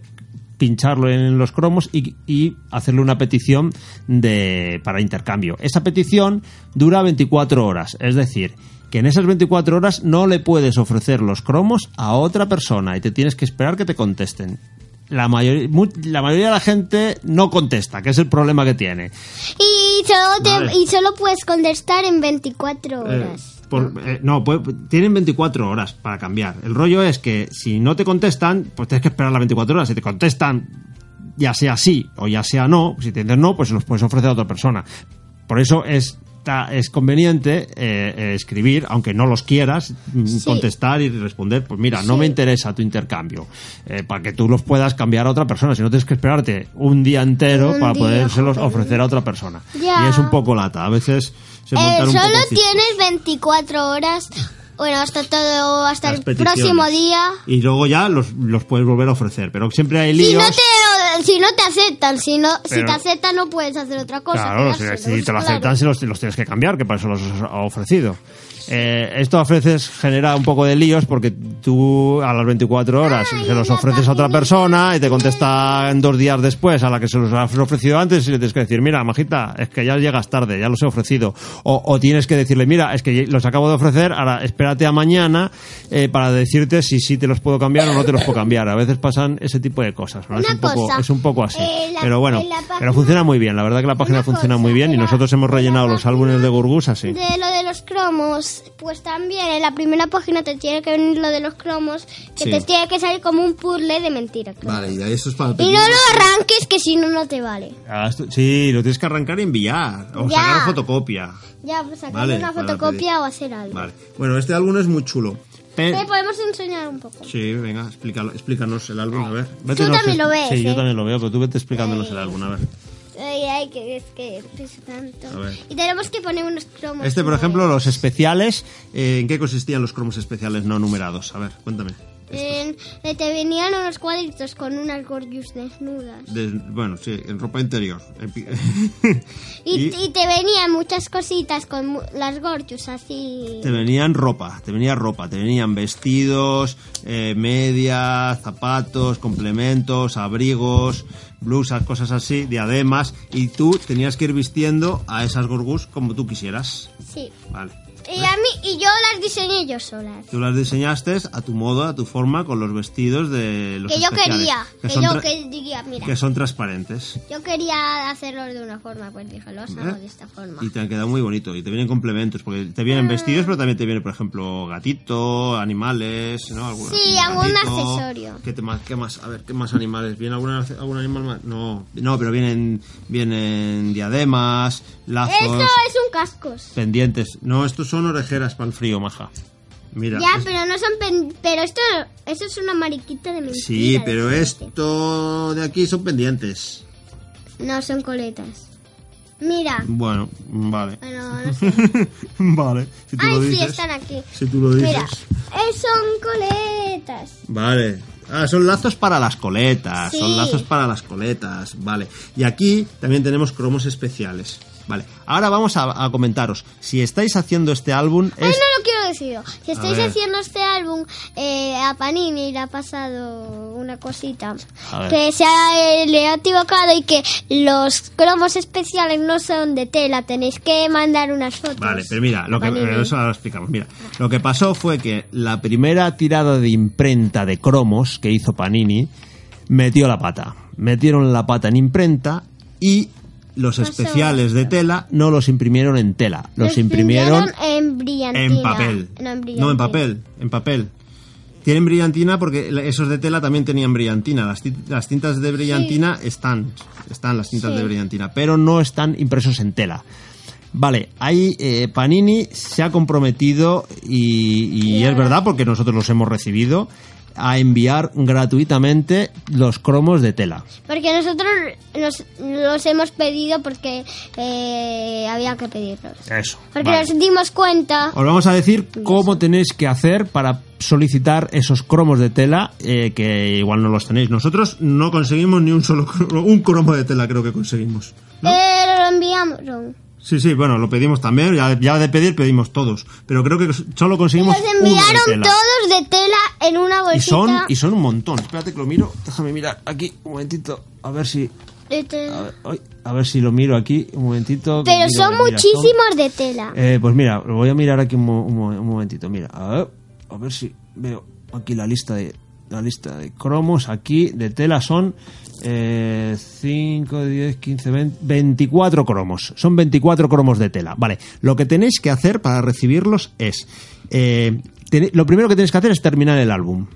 [SPEAKER 1] pincharlo en los cromos y, y hacerle una petición de, para intercambio. Esa petición dura 24 horas, es decir, que en esas 24 horas no le puedes ofrecer los cromos a otra persona y te tienes que esperar que te contesten. La, mayor- mu- la mayoría de la gente no contesta, que es el problema que tiene.
[SPEAKER 2] Y solo, te-
[SPEAKER 1] Vale.
[SPEAKER 2] y solo puedes contestar en 24 horas.
[SPEAKER 1] Eh, por- eh, no, pues, tienen 24 horas para cambiar. El rollo es que si no te contestan, pues tienes que esperar las 24 horas. Si te contestan, ya sea sí o ya sea no, si te dicen no, pues se los puedes ofrecer a otra persona. Por eso es, ta- es conveniente eh, eh, escribir, aunque no los quieras, mm,
[SPEAKER 2] Sí.
[SPEAKER 1] contestar y responder, pues mira, no
[SPEAKER 2] Sí.
[SPEAKER 1] me interesa tu intercambio, eh, para que tú los puedas cambiar a otra persona, si no tienes que esperarte un día entero
[SPEAKER 2] Un
[SPEAKER 1] para
[SPEAKER 2] día,
[SPEAKER 1] podérselos
[SPEAKER 2] joder.
[SPEAKER 1] ofrecer a otra persona.
[SPEAKER 2] Ya.
[SPEAKER 1] Y es un poco lata, a veces se
[SPEAKER 2] Eh,
[SPEAKER 1] montan un poco
[SPEAKER 2] solo
[SPEAKER 1] ciscos.
[SPEAKER 2] tienes 24 horas. Bueno, hasta todo, hasta
[SPEAKER 1] Las
[SPEAKER 2] el
[SPEAKER 1] peticiones.
[SPEAKER 2] próximo día.
[SPEAKER 1] Y luego ya los, los puedes volver a ofrecer, pero siempre hay líos.
[SPEAKER 2] Si no, te, si no te aceptan, si, no, si
[SPEAKER 1] Pero-
[SPEAKER 2] te aceptan no puedes hacer otra cosa.
[SPEAKER 1] Claro, si,
[SPEAKER 2] quedárselos,
[SPEAKER 1] si te lo
[SPEAKER 2] claro.
[SPEAKER 1] aceptan, si los, los tienes que cambiar, que para eso los ha ofrecido. Eh, esto a veces genera un poco de líos porque tú a las 24 horas
[SPEAKER 2] Ay,
[SPEAKER 1] se los
[SPEAKER 2] la
[SPEAKER 1] ofreces a otra
[SPEAKER 2] patinita.
[SPEAKER 1] persona y te contestan dos días después a la que se los has ofrecido antes y le tienes que decir, mira, majita, es que ya llegas tarde, ya los he ofrecido. O, o tienes que decirle, mira, es que los acabo de ofrecer, ahora espérate a mañana eh, para decirte si sí te los puedo cambiar o no te los puedo cambiar. A veces pasan ese tipo de cosas. ¿no? es,
[SPEAKER 2] Una
[SPEAKER 1] un poco,
[SPEAKER 2] cosa.
[SPEAKER 1] es un poco así.
[SPEAKER 2] Eh, la-
[SPEAKER 1] pero bueno,
[SPEAKER 2] en la
[SPEAKER 1] pero
[SPEAKER 2] página-
[SPEAKER 1] funciona muy bien. La verdad que la página
[SPEAKER 2] Una
[SPEAKER 1] funciona
[SPEAKER 2] cosa,
[SPEAKER 1] muy bien y
[SPEAKER 2] la-
[SPEAKER 1] nosotros hemos
[SPEAKER 2] la
[SPEAKER 1] rellenado los
[SPEAKER 2] página
[SPEAKER 1] álbumes de Gurgus así.
[SPEAKER 2] De lo de los cromos, pues también en la primera página te tiene que venir lo de los cromos, que
[SPEAKER 3] Sí.
[SPEAKER 2] te tiene que salir como un puzzle de mentiras. creo.
[SPEAKER 3] Vale, y eso es para el
[SPEAKER 2] Y no
[SPEAKER 3] pequeño.
[SPEAKER 2] lo arranques, que si no, no te vale.
[SPEAKER 1] Ah, esto- sí, lo tienes que arrancar y enviar. O
[SPEAKER 2] Ya.
[SPEAKER 1] sacar fotocopia.
[SPEAKER 2] Ya, pues sacar
[SPEAKER 3] Vale,
[SPEAKER 2] una
[SPEAKER 3] para
[SPEAKER 2] fotocopia
[SPEAKER 3] pedir.
[SPEAKER 2] o hacer algo.
[SPEAKER 3] Vale. Bueno, este álbum es muy chulo.
[SPEAKER 1] Pe-
[SPEAKER 2] Te podemos enseñar un poco.
[SPEAKER 3] Sí, venga, explícalo- explícanos el álbum, a ver.
[SPEAKER 1] vete,
[SPEAKER 2] pues- Tú
[SPEAKER 1] no sé-
[SPEAKER 2] también lo ves,
[SPEAKER 1] Sí, yo
[SPEAKER 2] ¿eh?
[SPEAKER 1] también lo veo, pero tú vete explicándonos el álbum, a ver.
[SPEAKER 2] Ay, ay, que es que pesa tanto.
[SPEAKER 3] A ver.
[SPEAKER 2] Y tenemos que poner unos cromos.
[SPEAKER 3] Este, por
[SPEAKER 2] nuevos.
[SPEAKER 3] ejemplo, los especiales. eh, ¿En qué consistían los cromos especiales no numerados? A ver, cuéntame.
[SPEAKER 2] En- eh, te venían unos cuadritos con unas gorgeous desnudas.
[SPEAKER 3] De- bueno, sí, en ropa interior. En pi-
[SPEAKER 2] Y,
[SPEAKER 3] *laughs* y
[SPEAKER 2] y te venían muchas cositas con mu- las gorgeous así.
[SPEAKER 3] te venían ropa, te venía ropa, te venían vestidos, eh, medias, zapatos, complementos, abrigos, blusas, cosas así, diademas. Y tú tenías que ir vistiendo a esas gorgus como tú quisieras.
[SPEAKER 2] Sí.
[SPEAKER 3] Vale.
[SPEAKER 2] Y a mí y yo las diseñé yo solas.
[SPEAKER 3] Tú las diseñaste a tu modo, a tu forma, con los vestidos de los
[SPEAKER 2] que yo
[SPEAKER 3] especiales,
[SPEAKER 2] quería, que,
[SPEAKER 3] son
[SPEAKER 2] yo
[SPEAKER 3] tra-
[SPEAKER 2] quería, mira.
[SPEAKER 3] que son transparentes.
[SPEAKER 2] Yo quería hacerlos de una forma, pues dije, los hago
[SPEAKER 3] ¿Eh?
[SPEAKER 2] de esta forma.
[SPEAKER 3] Y te han quedado muy bonito. Y te vienen complementos, porque te
[SPEAKER 2] Ah.
[SPEAKER 3] vienen vestidos, pero también te viene, por ejemplo, gatito, animales, ¿no? Algún-
[SPEAKER 2] Sí,
[SPEAKER 3] algún
[SPEAKER 2] algún
[SPEAKER 3] gatito.
[SPEAKER 2] accesorio.
[SPEAKER 3] ¿Qué, te más, ¿Qué más? A ver, ¿qué más animales? ¿Viene algún, ace- algún animal más? No, no, pero vienen, vienen diademas, lazos,
[SPEAKER 2] Esto es un cascos.
[SPEAKER 3] pendientes. No, estos son orejeras para el frío, maja. Mira.
[SPEAKER 2] Ya,
[SPEAKER 3] es-
[SPEAKER 2] pero no son pen- pero esto eso es una mariquita de mentira.
[SPEAKER 3] Sí,
[SPEAKER 2] de
[SPEAKER 3] pero
[SPEAKER 2] juguete.
[SPEAKER 3] esto de aquí son pendientes.
[SPEAKER 2] No son coletas. Mira.
[SPEAKER 3] Bueno, vale. *laughs*
[SPEAKER 2] Bueno, no sé.
[SPEAKER 3] vale, si tú lo
[SPEAKER 2] Ay, sí,
[SPEAKER 3] dices.
[SPEAKER 2] están aquí.
[SPEAKER 3] Si tú lo dices.
[SPEAKER 2] Mira, eh, son coletas.
[SPEAKER 3] Vale. Ah, son lazos para las coletas.
[SPEAKER 2] Sí.
[SPEAKER 3] Son lazos para las coletas. Vale. Y aquí también tenemos cromos especiales. Vale. Ahora vamos a, a comentaros. Si estáis haciendo este álbum,
[SPEAKER 2] Ay,
[SPEAKER 3] es.
[SPEAKER 2] no lo quiero decir. yo. Si estáis
[SPEAKER 3] ver.
[SPEAKER 2] haciendo este álbum, eh, a Panini le ha pasado una cosita.
[SPEAKER 1] A ver.
[SPEAKER 2] Que se ha, eh, le ha equivocado y que los cromos especiales no son de tela. Tenéis que mandar unas fotos.
[SPEAKER 3] Vale, pero mira, lo que, eh,
[SPEAKER 2] Panini.
[SPEAKER 3] eso ahora lo explicamos. Mira, lo que pasó fue que
[SPEAKER 1] La primera tirada de imprenta de cromos que hizo Panini metió la pata. Metieron la pata en imprenta y
[SPEAKER 3] los
[SPEAKER 2] Pasó
[SPEAKER 3] especiales de tela
[SPEAKER 1] no los imprimieron en tela, los,
[SPEAKER 2] Los
[SPEAKER 1] imprimieron
[SPEAKER 2] en brillantina.
[SPEAKER 3] en papel.
[SPEAKER 2] No, en
[SPEAKER 3] No, en
[SPEAKER 2] brillantina.
[SPEAKER 3] papel, en papel. Tienen brillantina porque la- esos de tela también tenían brillantina. Las, ti- las tintas de brillantina están, están las tintas
[SPEAKER 2] Sí.
[SPEAKER 3] de brillantina, pero
[SPEAKER 1] pero no están impresos en tela. Vale, ahí eh, Panini se ha comprometido, y, y es verdad porque nosotros los hemos recibido, a enviar gratuitamente los cromos de tela.
[SPEAKER 2] Porque nosotros nos, los hemos pedido porque eh, había que pedirlos.
[SPEAKER 1] Eso.
[SPEAKER 2] Porque nos dimos cuenta.
[SPEAKER 1] Os vamos a decir cómo tenéis que hacer para solicitar esos cromos de tela eh, que igual no los tenéis. Nosotros no conseguimos ni un solo cromo, un cromo de tela creo que conseguimos. ¿no?
[SPEAKER 2] Pero lo enviaron.
[SPEAKER 1] Sí, sí, bueno, lo pedimos también, ya, ya de pedir pedimos todos, pero creo que solo conseguimos
[SPEAKER 2] Nos
[SPEAKER 1] uno de
[SPEAKER 2] enviaron
[SPEAKER 1] tela.
[SPEAKER 2] todos de tela en una
[SPEAKER 1] Y
[SPEAKER 2] bolsita.
[SPEAKER 1] son, y son un montón. Espérate que lo miro. Déjame mirar aquí un momentito. A ver si.
[SPEAKER 2] de tela.
[SPEAKER 1] A ver, ay, a ver si lo miro aquí un momentito. que
[SPEAKER 2] Pero
[SPEAKER 1] miro,
[SPEAKER 2] son
[SPEAKER 1] Ah, mira, son-
[SPEAKER 2] muchísimos de tela.
[SPEAKER 1] Eh, pues mira, lo voy a mirar aquí un, mo- un mo- un momentito. Mira, a ver, a ver si veo aquí la lista de la lista de cromos. Aquí de tela son eh, 5, 10, 15, 20, 24 cromos. Son 24 cromos de tela. Vale, lo que tenéis que hacer para recibirlos es. eh, tené- lo primero que tenéis que hacer es terminar el álbum.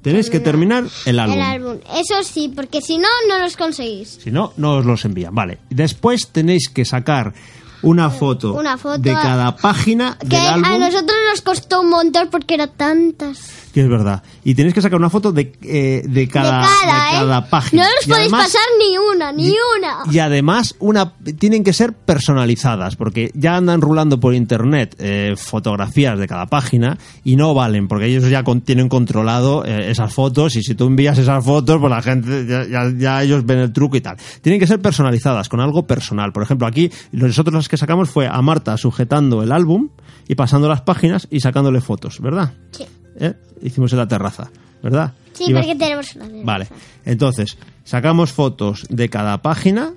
[SPEAKER 1] Tenéis que terminar el álbum.
[SPEAKER 2] El álbum. Eso sí, porque si no, no los conseguís.
[SPEAKER 1] Si no, no os los envían. Vale. Después tenéis que sacar una foto,
[SPEAKER 2] Una foto
[SPEAKER 1] de cada página
[SPEAKER 2] Que
[SPEAKER 1] del álbum.
[SPEAKER 2] a nosotros nos costó un montón porque eran tantas.
[SPEAKER 1] Que es verdad. Y tenéis que sacar una foto de, eh, de cada,
[SPEAKER 2] de cada,
[SPEAKER 1] de
[SPEAKER 2] ¿eh?
[SPEAKER 1] cada página.
[SPEAKER 2] No los
[SPEAKER 1] Y
[SPEAKER 2] podéis
[SPEAKER 1] además-
[SPEAKER 2] pasar ni una, ni una.
[SPEAKER 1] Y además una, tienen que ser personalizadas, porque ya andan rulando por internet eh, fotografías de cada página y no valen, porque ellos ya con- tienen controlado eh, esas fotos y si tú envías esas fotos, pues la gente, ya, ya- ya ellos ven el truco y tal. Tienen que ser personalizadas, con algo personal. Por ejemplo, aquí nosotros las que sacamos fue a Marta sujetando el álbum y pasando las páginas y sacándole fotos, ¿verdad?
[SPEAKER 2] Sí,
[SPEAKER 1] ¿eh? hicimos en la terraza, ¿verdad?
[SPEAKER 2] Sí,
[SPEAKER 1] Ibas-
[SPEAKER 2] porque tenemos una. de
[SPEAKER 1] Vale,
[SPEAKER 2] esas.
[SPEAKER 1] entonces sacamos fotos de cada página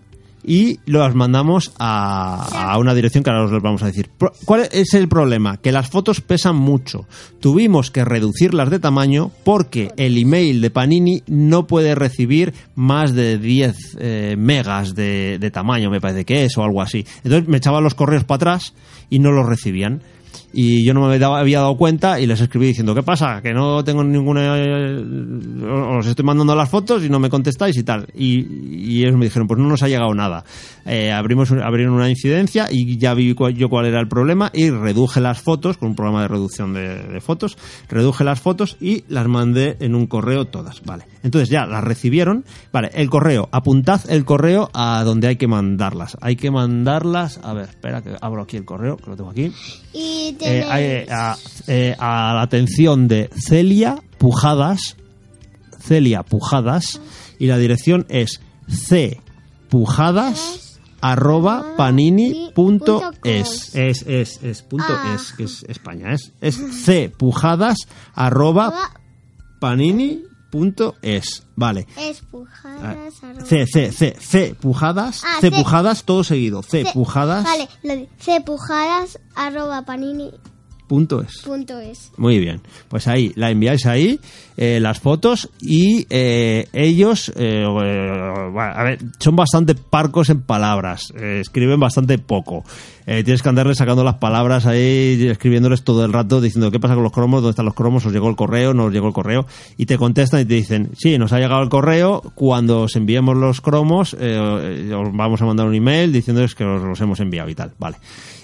[SPEAKER 1] y las mandamos a, a una dirección que ahora os lo vamos a decir. Pro- ¿Cuál es el problema? Que las fotos pesan mucho. Tuvimos que reducirlas de tamaño porque el email de Panini no puede recibir más de 10 eh, megas de, de tamaño, me parece que es, o algo así. Entonces me echaban los correos para atrás y no los recibían. Y yo no me daba- había dado cuenta y les escribí diciendo, ¿qué pasa? Que no tengo ninguna... eh, Os estoy mandando las fotos y no me contestáis y tal. Y, y ellos me dijeron, pues no nos ha llegado nada. Eh, abrimos un- abrieron una incidencia y ya vi cua- yo cuál era el problema y reduje las fotos, con un programa de reducción de, de fotos, reduje las fotos y las mandé en un correo todas. Vale. Entonces ya las recibieron. Vale, el correo. Apuntad el correo a donde hay que mandarlas. Hay que mandarlas... A ver, espera que abro aquí el correo, que lo tengo aquí.
[SPEAKER 2] Y
[SPEAKER 1] Eh,
[SPEAKER 2] tenéis-
[SPEAKER 1] a, eh, a- eh, a la atención de Celia Pujadas. Celia Pujadas. Y la dirección es cpujadas arroba panini punto es es es es punto
[SPEAKER 2] Ah.
[SPEAKER 1] es que es España es es cpujadas arroba panini punto es vale
[SPEAKER 2] Espujadas. arroba-
[SPEAKER 1] ah, c c c c pujadas
[SPEAKER 2] Ah,
[SPEAKER 1] c
[SPEAKER 2] C.
[SPEAKER 1] pujadas todo seguido c
[SPEAKER 2] C-
[SPEAKER 1] pujadas
[SPEAKER 2] Vale, lo de cpujadas arroba panini
[SPEAKER 1] punto es
[SPEAKER 2] punto es.
[SPEAKER 1] Muy bien, pues ahí, la enviáis ahí, eh, las fotos y eh, ellos, eh, eh, bueno, a ver, son bastante parcos en palabras, eh, escriben bastante poco. Eh, tienes que andarles sacando las palabras ahí, escribiéndoles todo el rato, diciendo qué pasa con los cromos, dónde están los cromos, os llegó el correo, no os llegó el correo, y te contestan y te dicen, sí, nos ha llegado el correo, cuando os enviemos los cromos, eh, eh, os vamos a mandar un email diciéndoles que os los hemos enviado y tal, vale.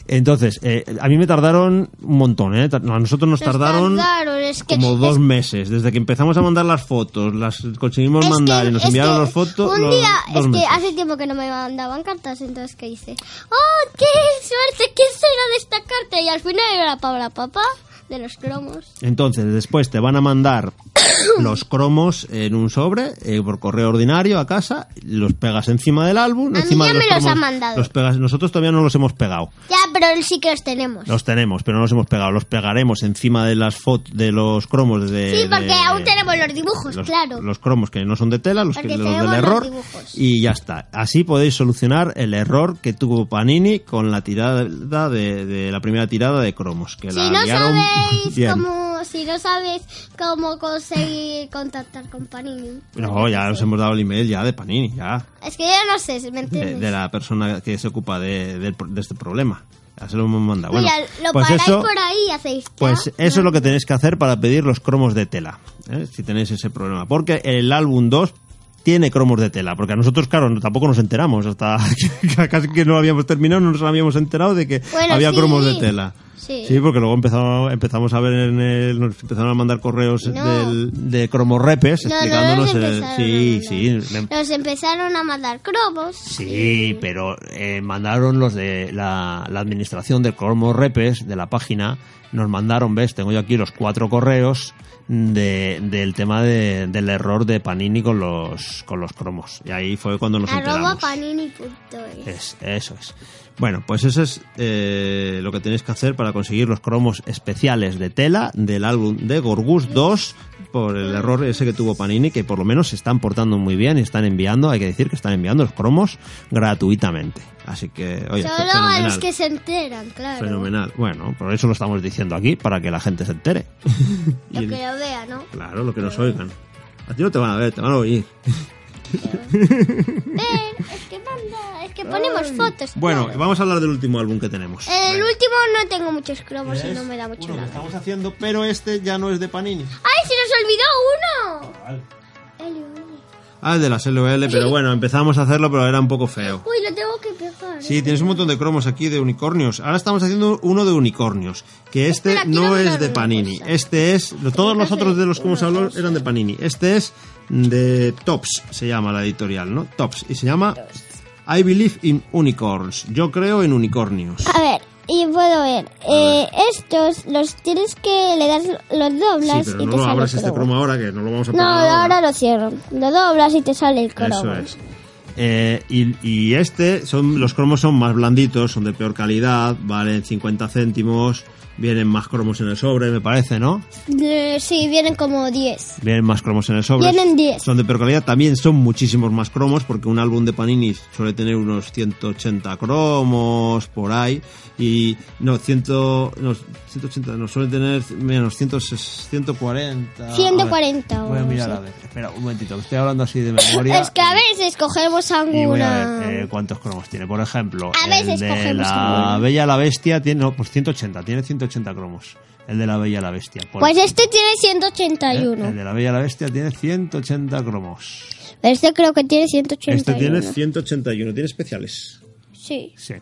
[SPEAKER 1] Entonces, eh, a mí me tardaron un montón, ¿eh? A nosotros nos
[SPEAKER 2] Nos
[SPEAKER 1] tardaron,
[SPEAKER 2] tardaron, es que-
[SPEAKER 1] como dos
[SPEAKER 2] es-
[SPEAKER 1] meses. Desde que empezamos a mandar las fotos, las conseguimos mandar
[SPEAKER 2] que-
[SPEAKER 1] y nos
[SPEAKER 2] es
[SPEAKER 1] enviaron
[SPEAKER 2] que
[SPEAKER 1] las fotos.
[SPEAKER 2] Un
[SPEAKER 1] los-
[SPEAKER 2] día,
[SPEAKER 1] dos
[SPEAKER 2] es
[SPEAKER 1] meses.
[SPEAKER 2] que hace tiempo que no me mandaban cartas, entonces que hice, ¡Oh, qué suerte! ¿Qué será de esta carta? Y al final era la Paula Papá de los cromos.
[SPEAKER 1] Entonces, después te van a
[SPEAKER 2] *coughs*
[SPEAKER 1] mandar los cromos en un sobre, eh, por correo ordinario a casa, los pegas encima del álbum.
[SPEAKER 2] A mí
[SPEAKER 1] encima de
[SPEAKER 2] ya
[SPEAKER 1] los
[SPEAKER 2] me los
[SPEAKER 1] cromos,
[SPEAKER 2] han mandado.
[SPEAKER 1] los pegas- nosotros todavía no los hemos pegado.
[SPEAKER 2] Ya, pero sí que los tenemos.
[SPEAKER 1] Los tenemos, pero no los hemos pegado. Los pegaremos encima de las fotos de los cromos de.
[SPEAKER 2] sí, porque
[SPEAKER 1] de-
[SPEAKER 2] aún tenemos los dibujos,
[SPEAKER 1] los,
[SPEAKER 2] claro.
[SPEAKER 1] los cromos que no son de tela, los, que,
[SPEAKER 2] Porque
[SPEAKER 1] los del
[SPEAKER 2] tenemos los
[SPEAKER 1] error.
[SPEAKER 2] dibujos.
[SPEAKER 1] y ya está. Así podéis solucionar el error que tuvo Panini con la tirada de, de la primera tirada de cromos. Que
[SPEAKER 2] si
[SPEAKER 1] la
[SPEAKER 2] no
[SPEAKER 1] liaron
[SPEAKER 2] sabéis
[SPEAKER 1] bien.
[SPEAKER 2] cómo, si no sabéis cómo conseguir contactar con Panini.
[SPEAKER 1] No, ya os hemos dado el email ya de Panini, ya.
[SPEAKER 2] Es que yo no sé, ¿me entiendes?
[SPEAKER 1] De, de la persona que se ocupa de, del pro- de este problema. Ya se lo hemos mandado. Bueno,
[SPEAKER 2] Mira, lo
[SPEAKER 1] pues
[SPEAKER 2] paráis
[SPEAKER 1] eso,
[SPEAKER 2] por ahí y hacéis.
[SPEAKER 1] Pues
[SPEAKER 2] ya.
[SPEAKER 1] eso es lo que tenéis que hacer para pedir los cromos de tela, ¿eh? si tenéis ese problema. Porque el álbum 2 tiene cromos de tela, porque a nosotros, claro, no- tampoco nos enteramos, hasta *laughs* que- casi que no habíamos terminado, no nos habíamos enterado de que
[SPEAKER 2] Bueno,
[SPEAKER 1] había
[SPEAKER 2] sí.
[SPEAKER 1] cromos de tela.
[SPEAKER 2] Sí.
[SPEAKER 1] porque luego empezamos, empezamos a ver, en el- nos empezaron a mandar correos
[SPEAKER 2] No.
[SPEAKER 1] del- de cromorrepes
[SPEAKER 2] No, no,
[SPEAKER 1] pues explicándonos
[SPEAKER 2] nos
[SPEAKER 1] el-
[SPEAKER 2] empezaron
[SPEAKER 1] Sí,
[SPEAKER 2] a
[SPEAKER 1] sí,
[SPEAKER 2] mandar.
[SPEAKER 1] le-
[SPEAKER 2] Nos empezaron a mandar cromos.
[SPEAKER 1] Sí, pero eh, mandaron los de la, la administración del Cromo Repes, de la página, nos mandaron, ves, tengo yo aquí los cuatro correos de- del tema de- del error de Panini con los, con los cromos. Y ahí fue cuando nos
[SPEAKER 2] Arroba
[SPEAKER 1] enteramos. Eh,
[SPEAKER 2] panini.es.
[SPEAKER 1] Es- eso es. Bueno, pues eso es eh, lo que tenéis que hacer para conseguir los cromos especiales de tela del álbum de Gorgus 2 por el error ese que tuvo Panini, que por lo menos se están portando muy bien y están enviando, hay que decir que están enviando los cromos gratuitamente. Así que, oye,
[SPEAKER 2] Solo a
[SPEAKER 1] fenomenal.
[SPEAKER 2] los que se enteran, claro.
[SPEAKER 1] Fenomenal. Bueno, por eso lo estamos diciendo aquí, para que la gente se
[SPEAKER 2] *laughs*
[SPEAKER 1] entere. Y
[SPEAKER 2] Lo
[SPEAKER 1] el-
[SPEAKER 2] que lo vea,
[SPEAKER 1] *laughs*
[SPEAKER 2] ¿no?
[SPEAKER 1] Claro, lo que nos oigan. A ti no te van a ver, te van a oír.
[SPEAKER 2] Ven, es que manda, es que ponemos fotos.
[SPEAKER 1] Bueno,
[SPEAKER 2] claro.
[SPEAKER 1] vamos a hablar del último álbum que tenemos.
[SPEAKER 2] el último no tengo muchos cromos y
[SPEAKER 1] Es
[SPEAKER 2] no me da mucho
[SPEAKER 1] uno que
[SPEAKER 2] nada.
[SPEAKER 1] estamos haciendo, pero este ya no es de Panini.
[SPEAKER 2] ¡Ay, se nos olvidó uno! Eli,
[SPEAKER 1] Ah, el de las LOL, pero bueno, empezamos a hacerlo, pero era un poco feo.
[SPEAKER 2] Uy, lo tengo que ¿eh? pegar.
[SPEAKER 1] Sí, tienes un montón de cromos aquí de unicornios. Ahora estamos haciendo uno de unicornios, que este
[SPEAKER 2] Espera, quiero
[SPEAKER 1] no es
[SPEAKER 2] hablar
[SPEAKER 1] de
[SPEAKER 2] una
[SPEAKER 1] Panini.
[SPEAKER 2] cosa.
[SPEAKER 1] Este es, lo- todos los
[SPEAKER 2] Hace
[SPEAKER 1] otros de los que hemos
[SPEAKER 2] una
[SPEAKER 1] hablado
[SPEAKER 2] cosa.
[SPEAKER 1] eran de Panini. Este es de Tops, se llama la editorial, ¿no? Tops. Y se llama I Believe in Unicorns. Yo creo en unicornios.
[SPEAKER 2] A ver, y puedo ver. eh, estos los tienes que le das, los
[SPEAKER 1] Sí,
[SPEAKER 2] doblas
[SPEAKER 1] pero
[SPEAKER 2] y
[SPEAKER 1] no
[SPEAKER 2] te
[SPEAKER 1] lo
[SPEAKER 2] sale
[SPEAKER 1] abras
[SPEAKER 2] el
[SPEAKER 1] este
[SPEAKER 2] cromo.
[SPEAKER 1] cromo ahora, que no lo vamos a
[SPEAKER 2] No,
[SPEAKER 1] poner
[SPEAKER 2] ahora lo cierro. Lo doblas y te sale el cromo.
[SPEAKER 1] Eso es. Eh, y, y este, son, los cromos son más blanditos, son de peor calidad, valen 50 céntimos, vienen más cromos en el sobre, me parece, ¿no?
[SPEAKER 2] Eh, sí, vienen como 10.
[SPEAKER 1] Vienen más cromos en el sobre.
[SPEAKER 2] Vienen 10.
[SPEAKER 1] Son de peor calidad, también son muchísimos más cromos, porque un álbum de Panini suele tener unos 180 cromos por ahí, y no, 100, no 180, no, suele tener menos 100, 140.
[SPEAKER 2] 140
[SPEAKER 4] Voy a
[SPEAKER 2] o
[SPEAKER 4] mirar
[SPEAKER 2] sí.
[SPEAKER 4] a ver. Espera un momentito, que estoy hablando así de memoria.
[SPEAKER 2] Es que a veces cogemos
[SPEAKER 4] Y voy a
[SPEAKER 2] alguna.
[SPEAKER 4] ver eh, cuántos cromos tiene. Por ejemplo,
[SPEAKER 2] A veces
[SPEAKER 4] el de
[SPEAKER 2] cogemos
[SPEAKER 4] la
[SPEAKER 2] alguno.
[SPEAKER 4] Bella la Bestia tiene, no, pues 180, tiene 180 cromos. El de la Bella la Bestia. por
[SPEAKER 2] pues
[SPEAKER 4] ejemplo,
[SPEAKER 2] este tiene
[SPEAKER 4] ¿eh?
[SPEAKER 2] 181.
[SPEAKER 4] El de la Bella la Bestia tiene 180 cromos.
[SPEAKER 2] Este creo que tiene 181.
[SPEAKER 1] Este tiene 181, tiene especiales.
[SPEAKER 2] Sí.
[SPEAKER 4] Sí.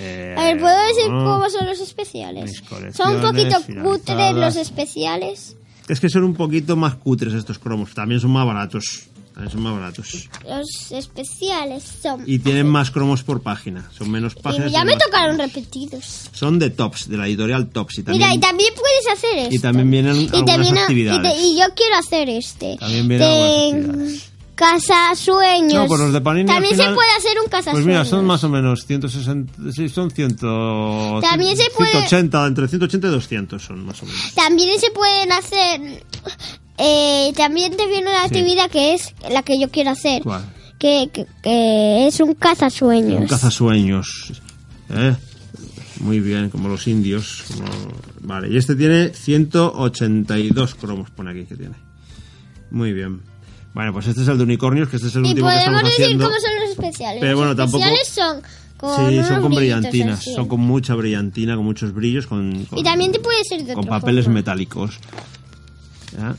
[SPEAKER 4] Eh,
[SPEAKER 2] A ver, ¿puedo decir
[SPEAKER 4] no.
[SPEAKER 2] cómo son los
[SPEAKER 4] Mis
[SPEAKER 2] especiales?
[SPEAKER 4] colecciones
[SPEAKER 2] Son un poquito
[SPEAKER 4] finalizadas.
[SPEAKER 2] cutres los especiales.
[SPEAKER 1] Es que son un poquito más cutres estos cromos. También son más baratos. También son más baratos.
[SPEAKER 2] Los especiales son.
[SPEAKER 1] Y tienen más cromos por página. Son menos páginas.
[SPEAKER 2] Y Pues ya
[SPEAKER 1] y
[SPEAKER 2] me
[SPEAKER 1] más
[SPEAKER 2] tocaron
[SPEAKER 1] cromos.
[SPEAKER 2] repetidos.
[SPEAKER 1] Son de Tops, de la editorial Tops. Y también,
[SPEAKER 2] Mira, y también puedes hacer esto.
[SPEAKER 1] y también vienen algunas
[SPEAKER 2] y,
[SPEAKER 1] actividades.
[SPEAKER 2] te- y yo quiero hacer este.
[SPEAKER 4] También vienen algunas
[SPEAKER 2] Ten-
[SPEAKER 4] actividades.
[SPEAKER 2] Casa sueños.
[SPEAKER 4] No, pues los de Panini al
[SPEAKER 2] También
[SPEAKER 4] final-
[SPEAKER 2] se puede hacer un casa
[SPEAKER 4] Pues mira, son
[SPEAKER 2] sueños.
[SPEAKER 4] más o menos 160, sí, son 100,
[SPEAKER 2] También se puede-
[SPEAKER 1] 180, entre 180 y 200 son más o menos.
[SPEAKER 2] También se pueden hacer. eh, también te viene una actividad que es la que yo quiero hacer.
[SPEAKER 1] ¿Cuál?
[SPEAKER 2] Que, que- que es un cazasueños.
[SPEAKER 1] Un cazasueños. ¿eh? Muy bien, como los indios. como- Vale, y este tiene 182 cromos, pone aquí que tiene. Muy bien. Bueno, pues este es el de unicornios, que este es el
[SPEAKER 2] y
[SPEAKER 1] último que
[SPEAKER 2] podemos
[SPEAKER 1] estamos
[SPEAKER 2] decir
[SPEAKER 1] haciendo.
[SPEAKER 2] cómo son los especiales.
[SPEAKER 1] Pero bueno,
[SPEAKER 2] los
[SPEAKER 1] tampoco-
[SPEAKER 2] especiales son con.
[SPEAKER 1] Sí,
[SPEAKER 2] unos
[SPEAKER 1] son con
[SPEAKER 2] brillitos
[SPEAKER 1] brillantinas,
[SPEAKER 2] así.
[SPEAKER 1] son con mucha brillantina, con muchos brillos, con, con-
[SPEAKER 2] Y también te puede ser de
[SPEAKER 1] con
[SPEAKER 2] otra
[SPEAKER 1] papeles
[SPEAKER 2] forma.
[SPEAKER 1] metálicos. ¿Ya?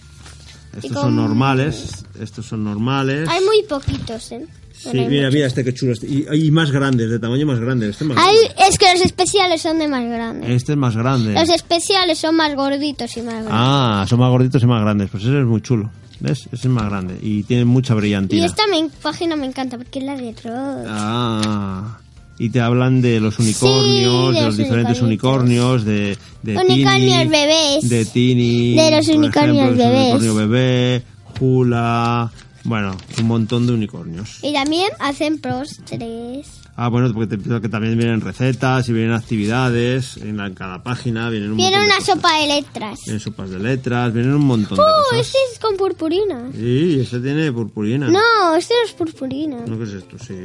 [SPEAKER 1] Estos
[SPEAKER 2] con-
[SPEAKER 1] son normales, estos son normales.
[SPEAKER 2] Hay muy poquitos, ¿eh?
[SPEAKER 1] Sí,
[SPEAKER 2] Bueno, hay
[SPEAKER 1] mira,
[SPEAKER 2] muchos.
[SPEAKER 1] mira este que chulo. este. Y, y más grandes, de tamaño más grande. Este, más
[SPEAKER 2] Hay- es que los especiales son de más grandes.
[SPEAKER 1] grande. Este es más grande.
[SPEAKER 2] Los especiales son más gorditos y más grandes.
[SPEAKER 1] Ah, son más gorditos y más grandes. Pues ese es muy chulo. ¿Ves? Ese es más grande. Y tiene mucha
[SPEAKER 2] y este
[SPEAKER 1] brillantina.
[SPEAKER 2] esta me- página me encanta porque es la de Ross.
[SPEAKER 1] Ah. Y te hablan de los unicornios,
[SPEAKER 2] de
[SPEAKER 1] de los
[SPEAKER 2] los
[SPEAKER 1] diferentes unicornios, de, de
[SPEAKER 2] Unicornios
[SPEAKER 1] Tini,
[SPEAKER 2] bebés.
[SPEAKER 1] De Tini.
[SPEAKER 2] De los
[SPEAKER 1] por
[SPEAKER 2] unicornios
[SPEAKER 1] ejemplo, de su
[SPEAKER 2] bebés.
[SPEAKER 1] unicornio bebé, Hula. Bueno, un montón de unicornios.
[SPEAKER 2] Y también hacen postres.
[SPEAKER 1] Ah, bueno, porque te pienso que también vienen recetas y vienen actividades. En, la- en cada página vienen un
[SPEAKER 2] Tiene
[SPEAKER 1] montón de
[SPEAKER 2] una
[SPEAKER 1] cosas.
[SPEAKER 2] sopa de letras.
[SPEAKER 1] Vienen sopas de letras, vienen un montón de
[SPEAKER 2] ¡Oh,
[SPEAKER 1] cosas.
[SPEAKER 2] este es con purpurina!
[SPEAKER 1] Sí, este tiene purpurina.
[SPEAKER 2] No, este no es purpurina.
[SPEAKER 1] No, ¿qué es esto? Sí.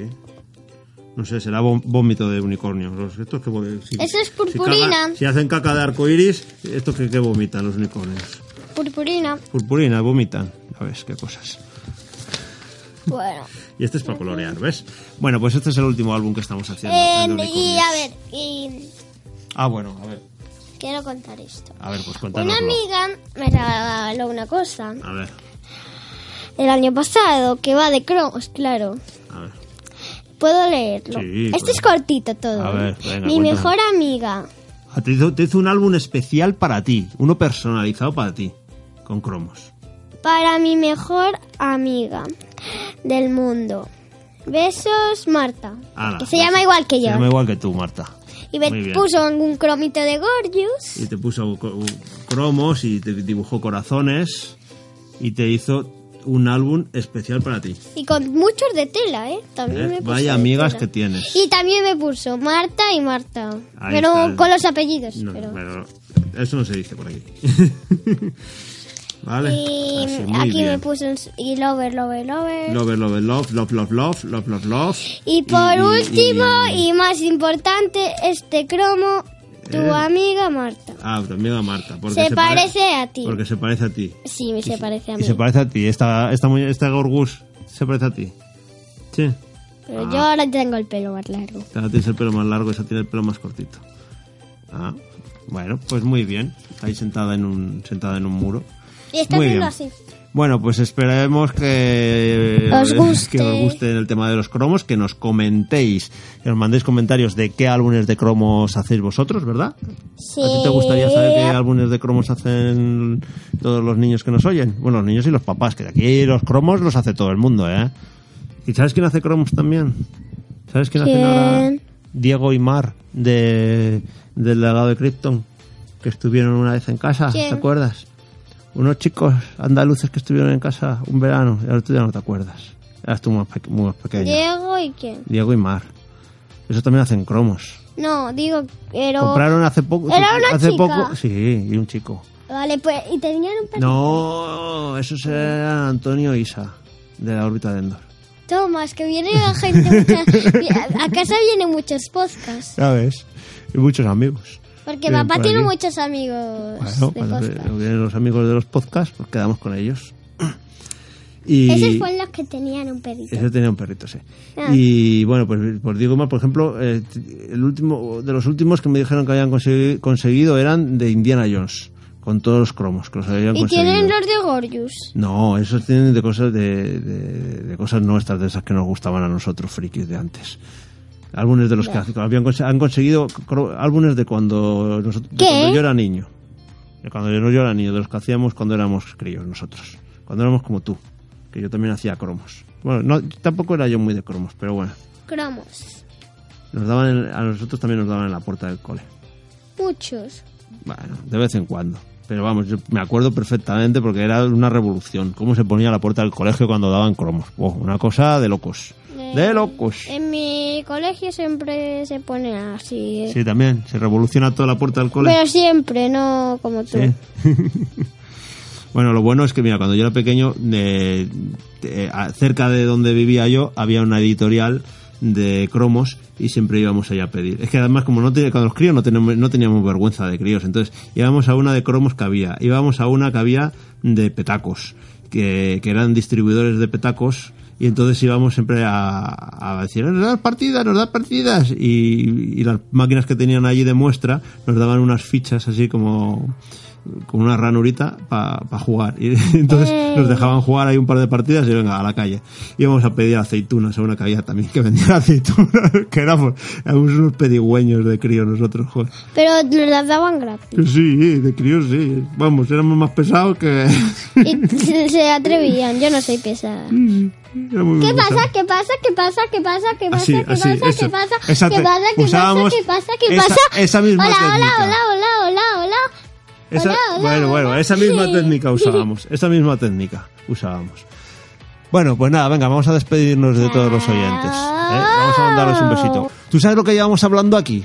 [SPEAKER 1] No sé, será vom- vómito de unicornio. Los, estos que, vo- si-
[SPEAKER 2] Eso es
[SPEAKER 1] si
[SPEAKER 2] purpurina.
[SPEAKER 1] cagan- Si, hacen caca de arco iris, estos que, que vomitan los unicornios.
[SPEAKER 2] Purpurina.
[SPEAKER 1] Purpurina, vomitan. Ya ves, qué cosas.
[SPEAKER 2] Bueno.
[SPEAKER 1] Y este es para colorear, ¿ves? Bueno, pues este es el último álbum que estamos haciendo.
[SPEAKER 2] Eh,
[SPEAKER 1] el de
[SPEAKER 2] y
[SPEAKER 1] unicornios.
[SPEAKER 2] a ver, y
[SPEAKER 1] Ah, bueno, a ver.
[SPEAKER 2] quiero contar esto.
[SPEAKER 1] A ver, pues
[SPEAKER 2] Una
[SPEAKER 1] cuéntanoslo.
[SPEAKER 2] amiga me regaló una cosa.
[SPEAKER 1] A ver.
[SPEAKER 2] el año pasado, que va de cromos, claro.
[SPEAKER 1] A ver.
[SPEAKER 2] Puedo leerlo.
[SPEAKER 1] Sí,
[SPEAKER 2] este
[SPEAKER 1] puede.
[SPEAKER 2] es cortito todo.
[SPEAKER 1] A ver,
[SPEAKER 2] ¿eh?
[SPEAKER 1] venga,
[SPEAKER 2] Mi
[SPEAKER 1] cuéntame.
[SPEAKER 2] mejor amiga.
[SPEAKER 1] Ah, Te hizo, te hizo un álbum especial para ti, uno personalizado para ti, con cromos.
[SPEAKER 2] Para mi mejor amiga del mundo. Besos, Marta.
[SPEAKER 1] Ala,
[SPEAKER 2] que se
[SPEAKER 1] vas.
[SPEAKER 2] llama igual que
[SPEAKER 1] Se
[SPEAKER 2] yo.
[SPEAKER 1] llama igual que tú, Marta.
[SPEAKER 2] Y me
[SPEAKER 1] Muy bien.
[SPEAKER 2] puso un cromito de Gorgeous.
[SPEAKER 1] Y te puso co- cromos y te dibujó corazones y te hizo un álbum especial para ti.
[SPEAKER 2] Y con muchos de tela, ¿eh? También
[SPEAKER 1] ¿eh?
[SPEAKER 2] me puso de
[SPEAKER 1] Vaya amigas
[SPEAKER 2] tela.
[SPEAKER 1] que tienes.
[SPEAKER 2] Y también me puso Marta y Marta.
[SPEAKER 1] Ahí
[SPEAKER 2] pero
[SPEAKER 1] está.
[SPEAKER 2] con los apellidos.
[SPEAKER 1] No,
[SPEAKER 2] Pues, pero-
[SPEAKER 1] pero eso no se dice
[SPEAKER 2] *laughs*
[SPEAKER 1] por aquí. vale.
[SPEAKER 2] Y
[SPEAKER 1] Así, muy
[SPEAKER 2] aquí me
[SPEAKER 1] bien.
[SPEAKER 2] puso un s- y Lover, Lover, Lover.
[SPEAKER 1] Love, love, love, love, love, love, love, love, love.
[SPEAKER 2] Y por
[SPEAKER 1] y-
[SPEAKER 2] último y, más importante, este cromo, tu
[SPEAKER 1] Eh.
[SPEAKER 2] amiga Marta.
[SPEAKER 1] Ah, tu amiga Marta. Porque
[SPEAKER 2] Se
[SPEAKER 1] pare-
[SPEAKER 2] parece a ti.
[SPEAKER 1] Porque se parece a ti.
[SPEAKER 2] Sí, me se parece a
[SPEAKER 1] Y
[SPEAKER 2] mí.
[SPEAKER 1] se parece a ti. Esta, esta, mu- esta Gorgus se parece a ti. Sí.
[SPEAKER 2] Pero yo
[SPEAKER 1] Ah.
[SPEAKER 2] ahora tengo el pelo más largo.
[SPEAKER 1] Esta tienes el pelo más largo, esa tiene el pelo más cortito. Ah, bueno, pues muy bien. Está ahí sentada en un, sentada en un muro.
[SPEAKER 2] Y está
[SPEAKER 1] Muy
[SPEAKER 2] haciendo
[SPEAKER 1] bien.
[SPEAKER 2] así.
[SPEAKER 1] Bueno, pues esperemos que
[SPEAKER 2] Os guste.
[SPEAKER 1] que os guste el tema de los cromos, que nos comentéis, que nos mandéis comentarios de qué álbumes de cromos hacéis vosotros, ¿verdad?
[SPEAKER 2] Sí.
[SPEAKER 1] ¿A ti te gustaría saber qué álbumes de cromos hacen todos los niños que nos oyen? Bueno, los niños y los papás, que de aquí los cromos los hace todo el mundo, ¿eh? ¿Y sabes quién hace cromos también? ¿Sabes quién,
[SPEAKER 2] ¿Quién?
[SPEAKER 1] hace Diego y Mar, de, del legado de Krypton, que estuvieron una vez en casa,
[SPEAKER 2] ¿Quién?
[SPEAKER 1] ¿te acuerdas? Unos chicos andaluces que estuvieron en casa un verano, y ahora tú ya no te acuerdas. Eras tú más, peque- muy más pequeño.
[SPEAKER 2] Diego y quién.
[SPEAKER 1] Diego y Mar. Eso también hacen cromos.
[SPEAKER 2] No, digo, pero...
[SPEAKER 1] Compraron hace poco.
[SPEAKER 2] Era una
[SPEAKER 1] hace
[SPEAKER 2] chica.
[SPEAKER 1] poco. Sí, y un chico.
[SPEAKER 2] Vale, pues, y tenían un perrito.
[SPEAKER 1] No, eso era Antonio e Isa, de la órbita de Endor.
[SPEAKER 2] Tomás, que viene la gente
[SPEAKER 1] *laughs*
[SPEAKER 2] mucha... A casa vienen muchos podcasts.
[SPEAKER 1] Ya ves, y muchos amigos.
[SPEAKER 2] Porque
[SPEAKER 1] Vienen
[SPEAKER 2] papá
[SPEAKER 1] por
[SPEAKER 2] tiene
[SPEAKER 1] aquí.
[SPEAKER 2] muchos amigos
[SPEAKER 1] Bueno,
[SPEAKER 2] Pues, de
[SPEAKER 1] cuando
[SPEAKER 2] podcast.
[SPEAKER 1] vi- vienen los amigos de los podcasts, pues quedamos con ellos. eh, Y
[SPEAKER 2] Esos fueron los que tenían un perrito.
[SPEAKER 1] ese tenía un perrito, sí.
[SPEAKER 2] Ah.
[SPEAKER 1] Y bueno, pues por Diego Mar, por ejemplo, eh, t- el último de los últimos que me dijeron que habían consegui- conseguido eran de Indiana Jones, con todos los cromos que los habían
[SPEAKER 2] Y
[SPEAKER 1] conseguido.
[SPEAKER 2] tienen los de Gorgeous.
[SPEAKER 1] No, esos tienen de cosas de, de- de cosas nuestras, de esas que nos gustaban a nosotros, frikis de antes. Álbumes de los que habían conse- han conseguido cro- álbumes de cuando, nosotros, de
[SPEAKER 2] ¿Qué?
[SPEAKER 1] cuando yo era niño. De cuando yo no- yo era niño, de los que hacíamos cuando éramos críos nosotros. Cuando éramos como tú, que yo también hacía cromos. Bueno, no, tampoco era yo muy de cromos, pero bueno.
[SPEAKER 2] Cromos.
[SPEAKER 1] Nos daban en- a nosotros también nos daban en la puerta del cole.
[SPEAKER 2] Muchos.
[SPEAKER 1] Bueno, de vez en cuando. Pero vamos, yo me acuerdo perfectamente porque era una revolución. Cómo se ponía la puerta del colegio cuando daban cromos. Oh, una cosa de locos.
[SPEAKER 2] Eh,
[SPEAKER 1] De locos.
[SPEAKER 2] En mi colegio siempre se pone así. ¿eh?
[SPEAKER 1] Sí, también. Se revoluciona toda la puerta del colegio.
[SPEAKER 2] Pero siempre, no como tú.
[SPEAKER 1] *laughs* Bueno, lo bueno es que, mira, cuando yo era pequeño, eh, eh, a- cerca de donde vivía yo, había una editorial de cromos y siempre íbamos allá a pedir. Es que además, como no tenía, cuando los críos no teníamos, no teníamos vergüenza de críos, entonces íbamos a una de cromos que había, íbamos a una que había de petacos, que, que eran distribuidores de petacos. Y entonces íbamos siempre a, a decir, nos das partidas, nos das partidas. Y, y las máquinas que tenían allí de muestra nos daban unas fichas así como con una ranurita para jugar. Y *laughs* entonces
[SPEAKER 2] Eh.
[SPEAKER 1] nos dejaban jugar ahí un par de partidas y venga, a la calle. Íbamos a pedir aceitunas a una calle también que vendiera *laughs* aceitunas, que éramos, éramos unos pedigüeños de crío nosotros, joder.
[SPEAKER 2] Pero nos las
[SPEAKER 1] *laughs*
[SPEAKER 2] daban gratis.
[SPEAKER 1] Que Sí, de crío sí. Vamos, éramos más pesados que... *laughs*
[SPEAKER 2] Y se atrevían, yo no soy pesada.
[SPEAKER 1] Mm, éramos
[SPEAKER 2] ¿Qué
[SPEAKER 1] más pesados.
[SPEAKER 2] pasa? ¿Qué pasa? ¿Qué pasa? ¿Qué pasa? ¿Qué pasa?
[SPEAKER 1] Así,
[SPEAKER 2] ¿Qué pasa?
[SPEAKER 1] así,
[SPEAKER 2] ¿Qué pasa?
[SPEAKER 1] eso.
[SPEAKER 2] ¿Qué pasa? ¿Qué
[SPEAKER 1] Esa te-
[SPEAKER 2] pasa? ¿Qué pasa?
[SPEAKER 1] usábamos
[SPEAKER 2] ¿Qué pasa? ¿Qué
[SPEAKER 1] esa-
[SPEAKER 2] pasa?
[SPEAKER 1] esa misma
[SPEAKER 2] hola, hola,
[SPEAKER 1] técnica.
[SPEAKER 2] hola, hola, hola, hola,
[SPEAKER 1] Esa-
[SPEAKER 2] Hola, hola,
[SPEAKER 1] bueno, bueno,
[SPEAKER 2] hola.
[SPEAKER 1] esa misma técnica usábamos. Esa misma técnica usábamos. Bueno, pues nada, venga, vamos a despedirnos de todos los oyentes. ¿eh? Vamos a mandarles un besito. ¿Tú sabes lo que llevamos hablando aquí?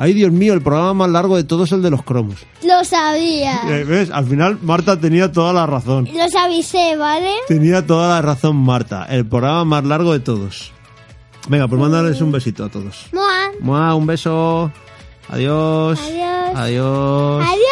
[SPEAKER 1] Ay, Dios mío, el programa más largo de todos es el de los cromos.
[SPEAKER 2] Lo sabía.
[SPEAKER 1] Eh, ¿Ves? Al final Marta tenía toda la razón.
[SPEAKER 2] Los avisé, ¿vale?
[SPEAKER 1] Tenía toda la razón Marta. El programa más largo de todos. Venga, pues mandarles un besito a todos.
[SPEAKER 2] Moa.
[SPEAKER 1] Mua, un beso. Adiós.
[SPEAKER 2] Adiós.
[SPEAKER 1] Adiós.
[SPEAKER 2] Adiós.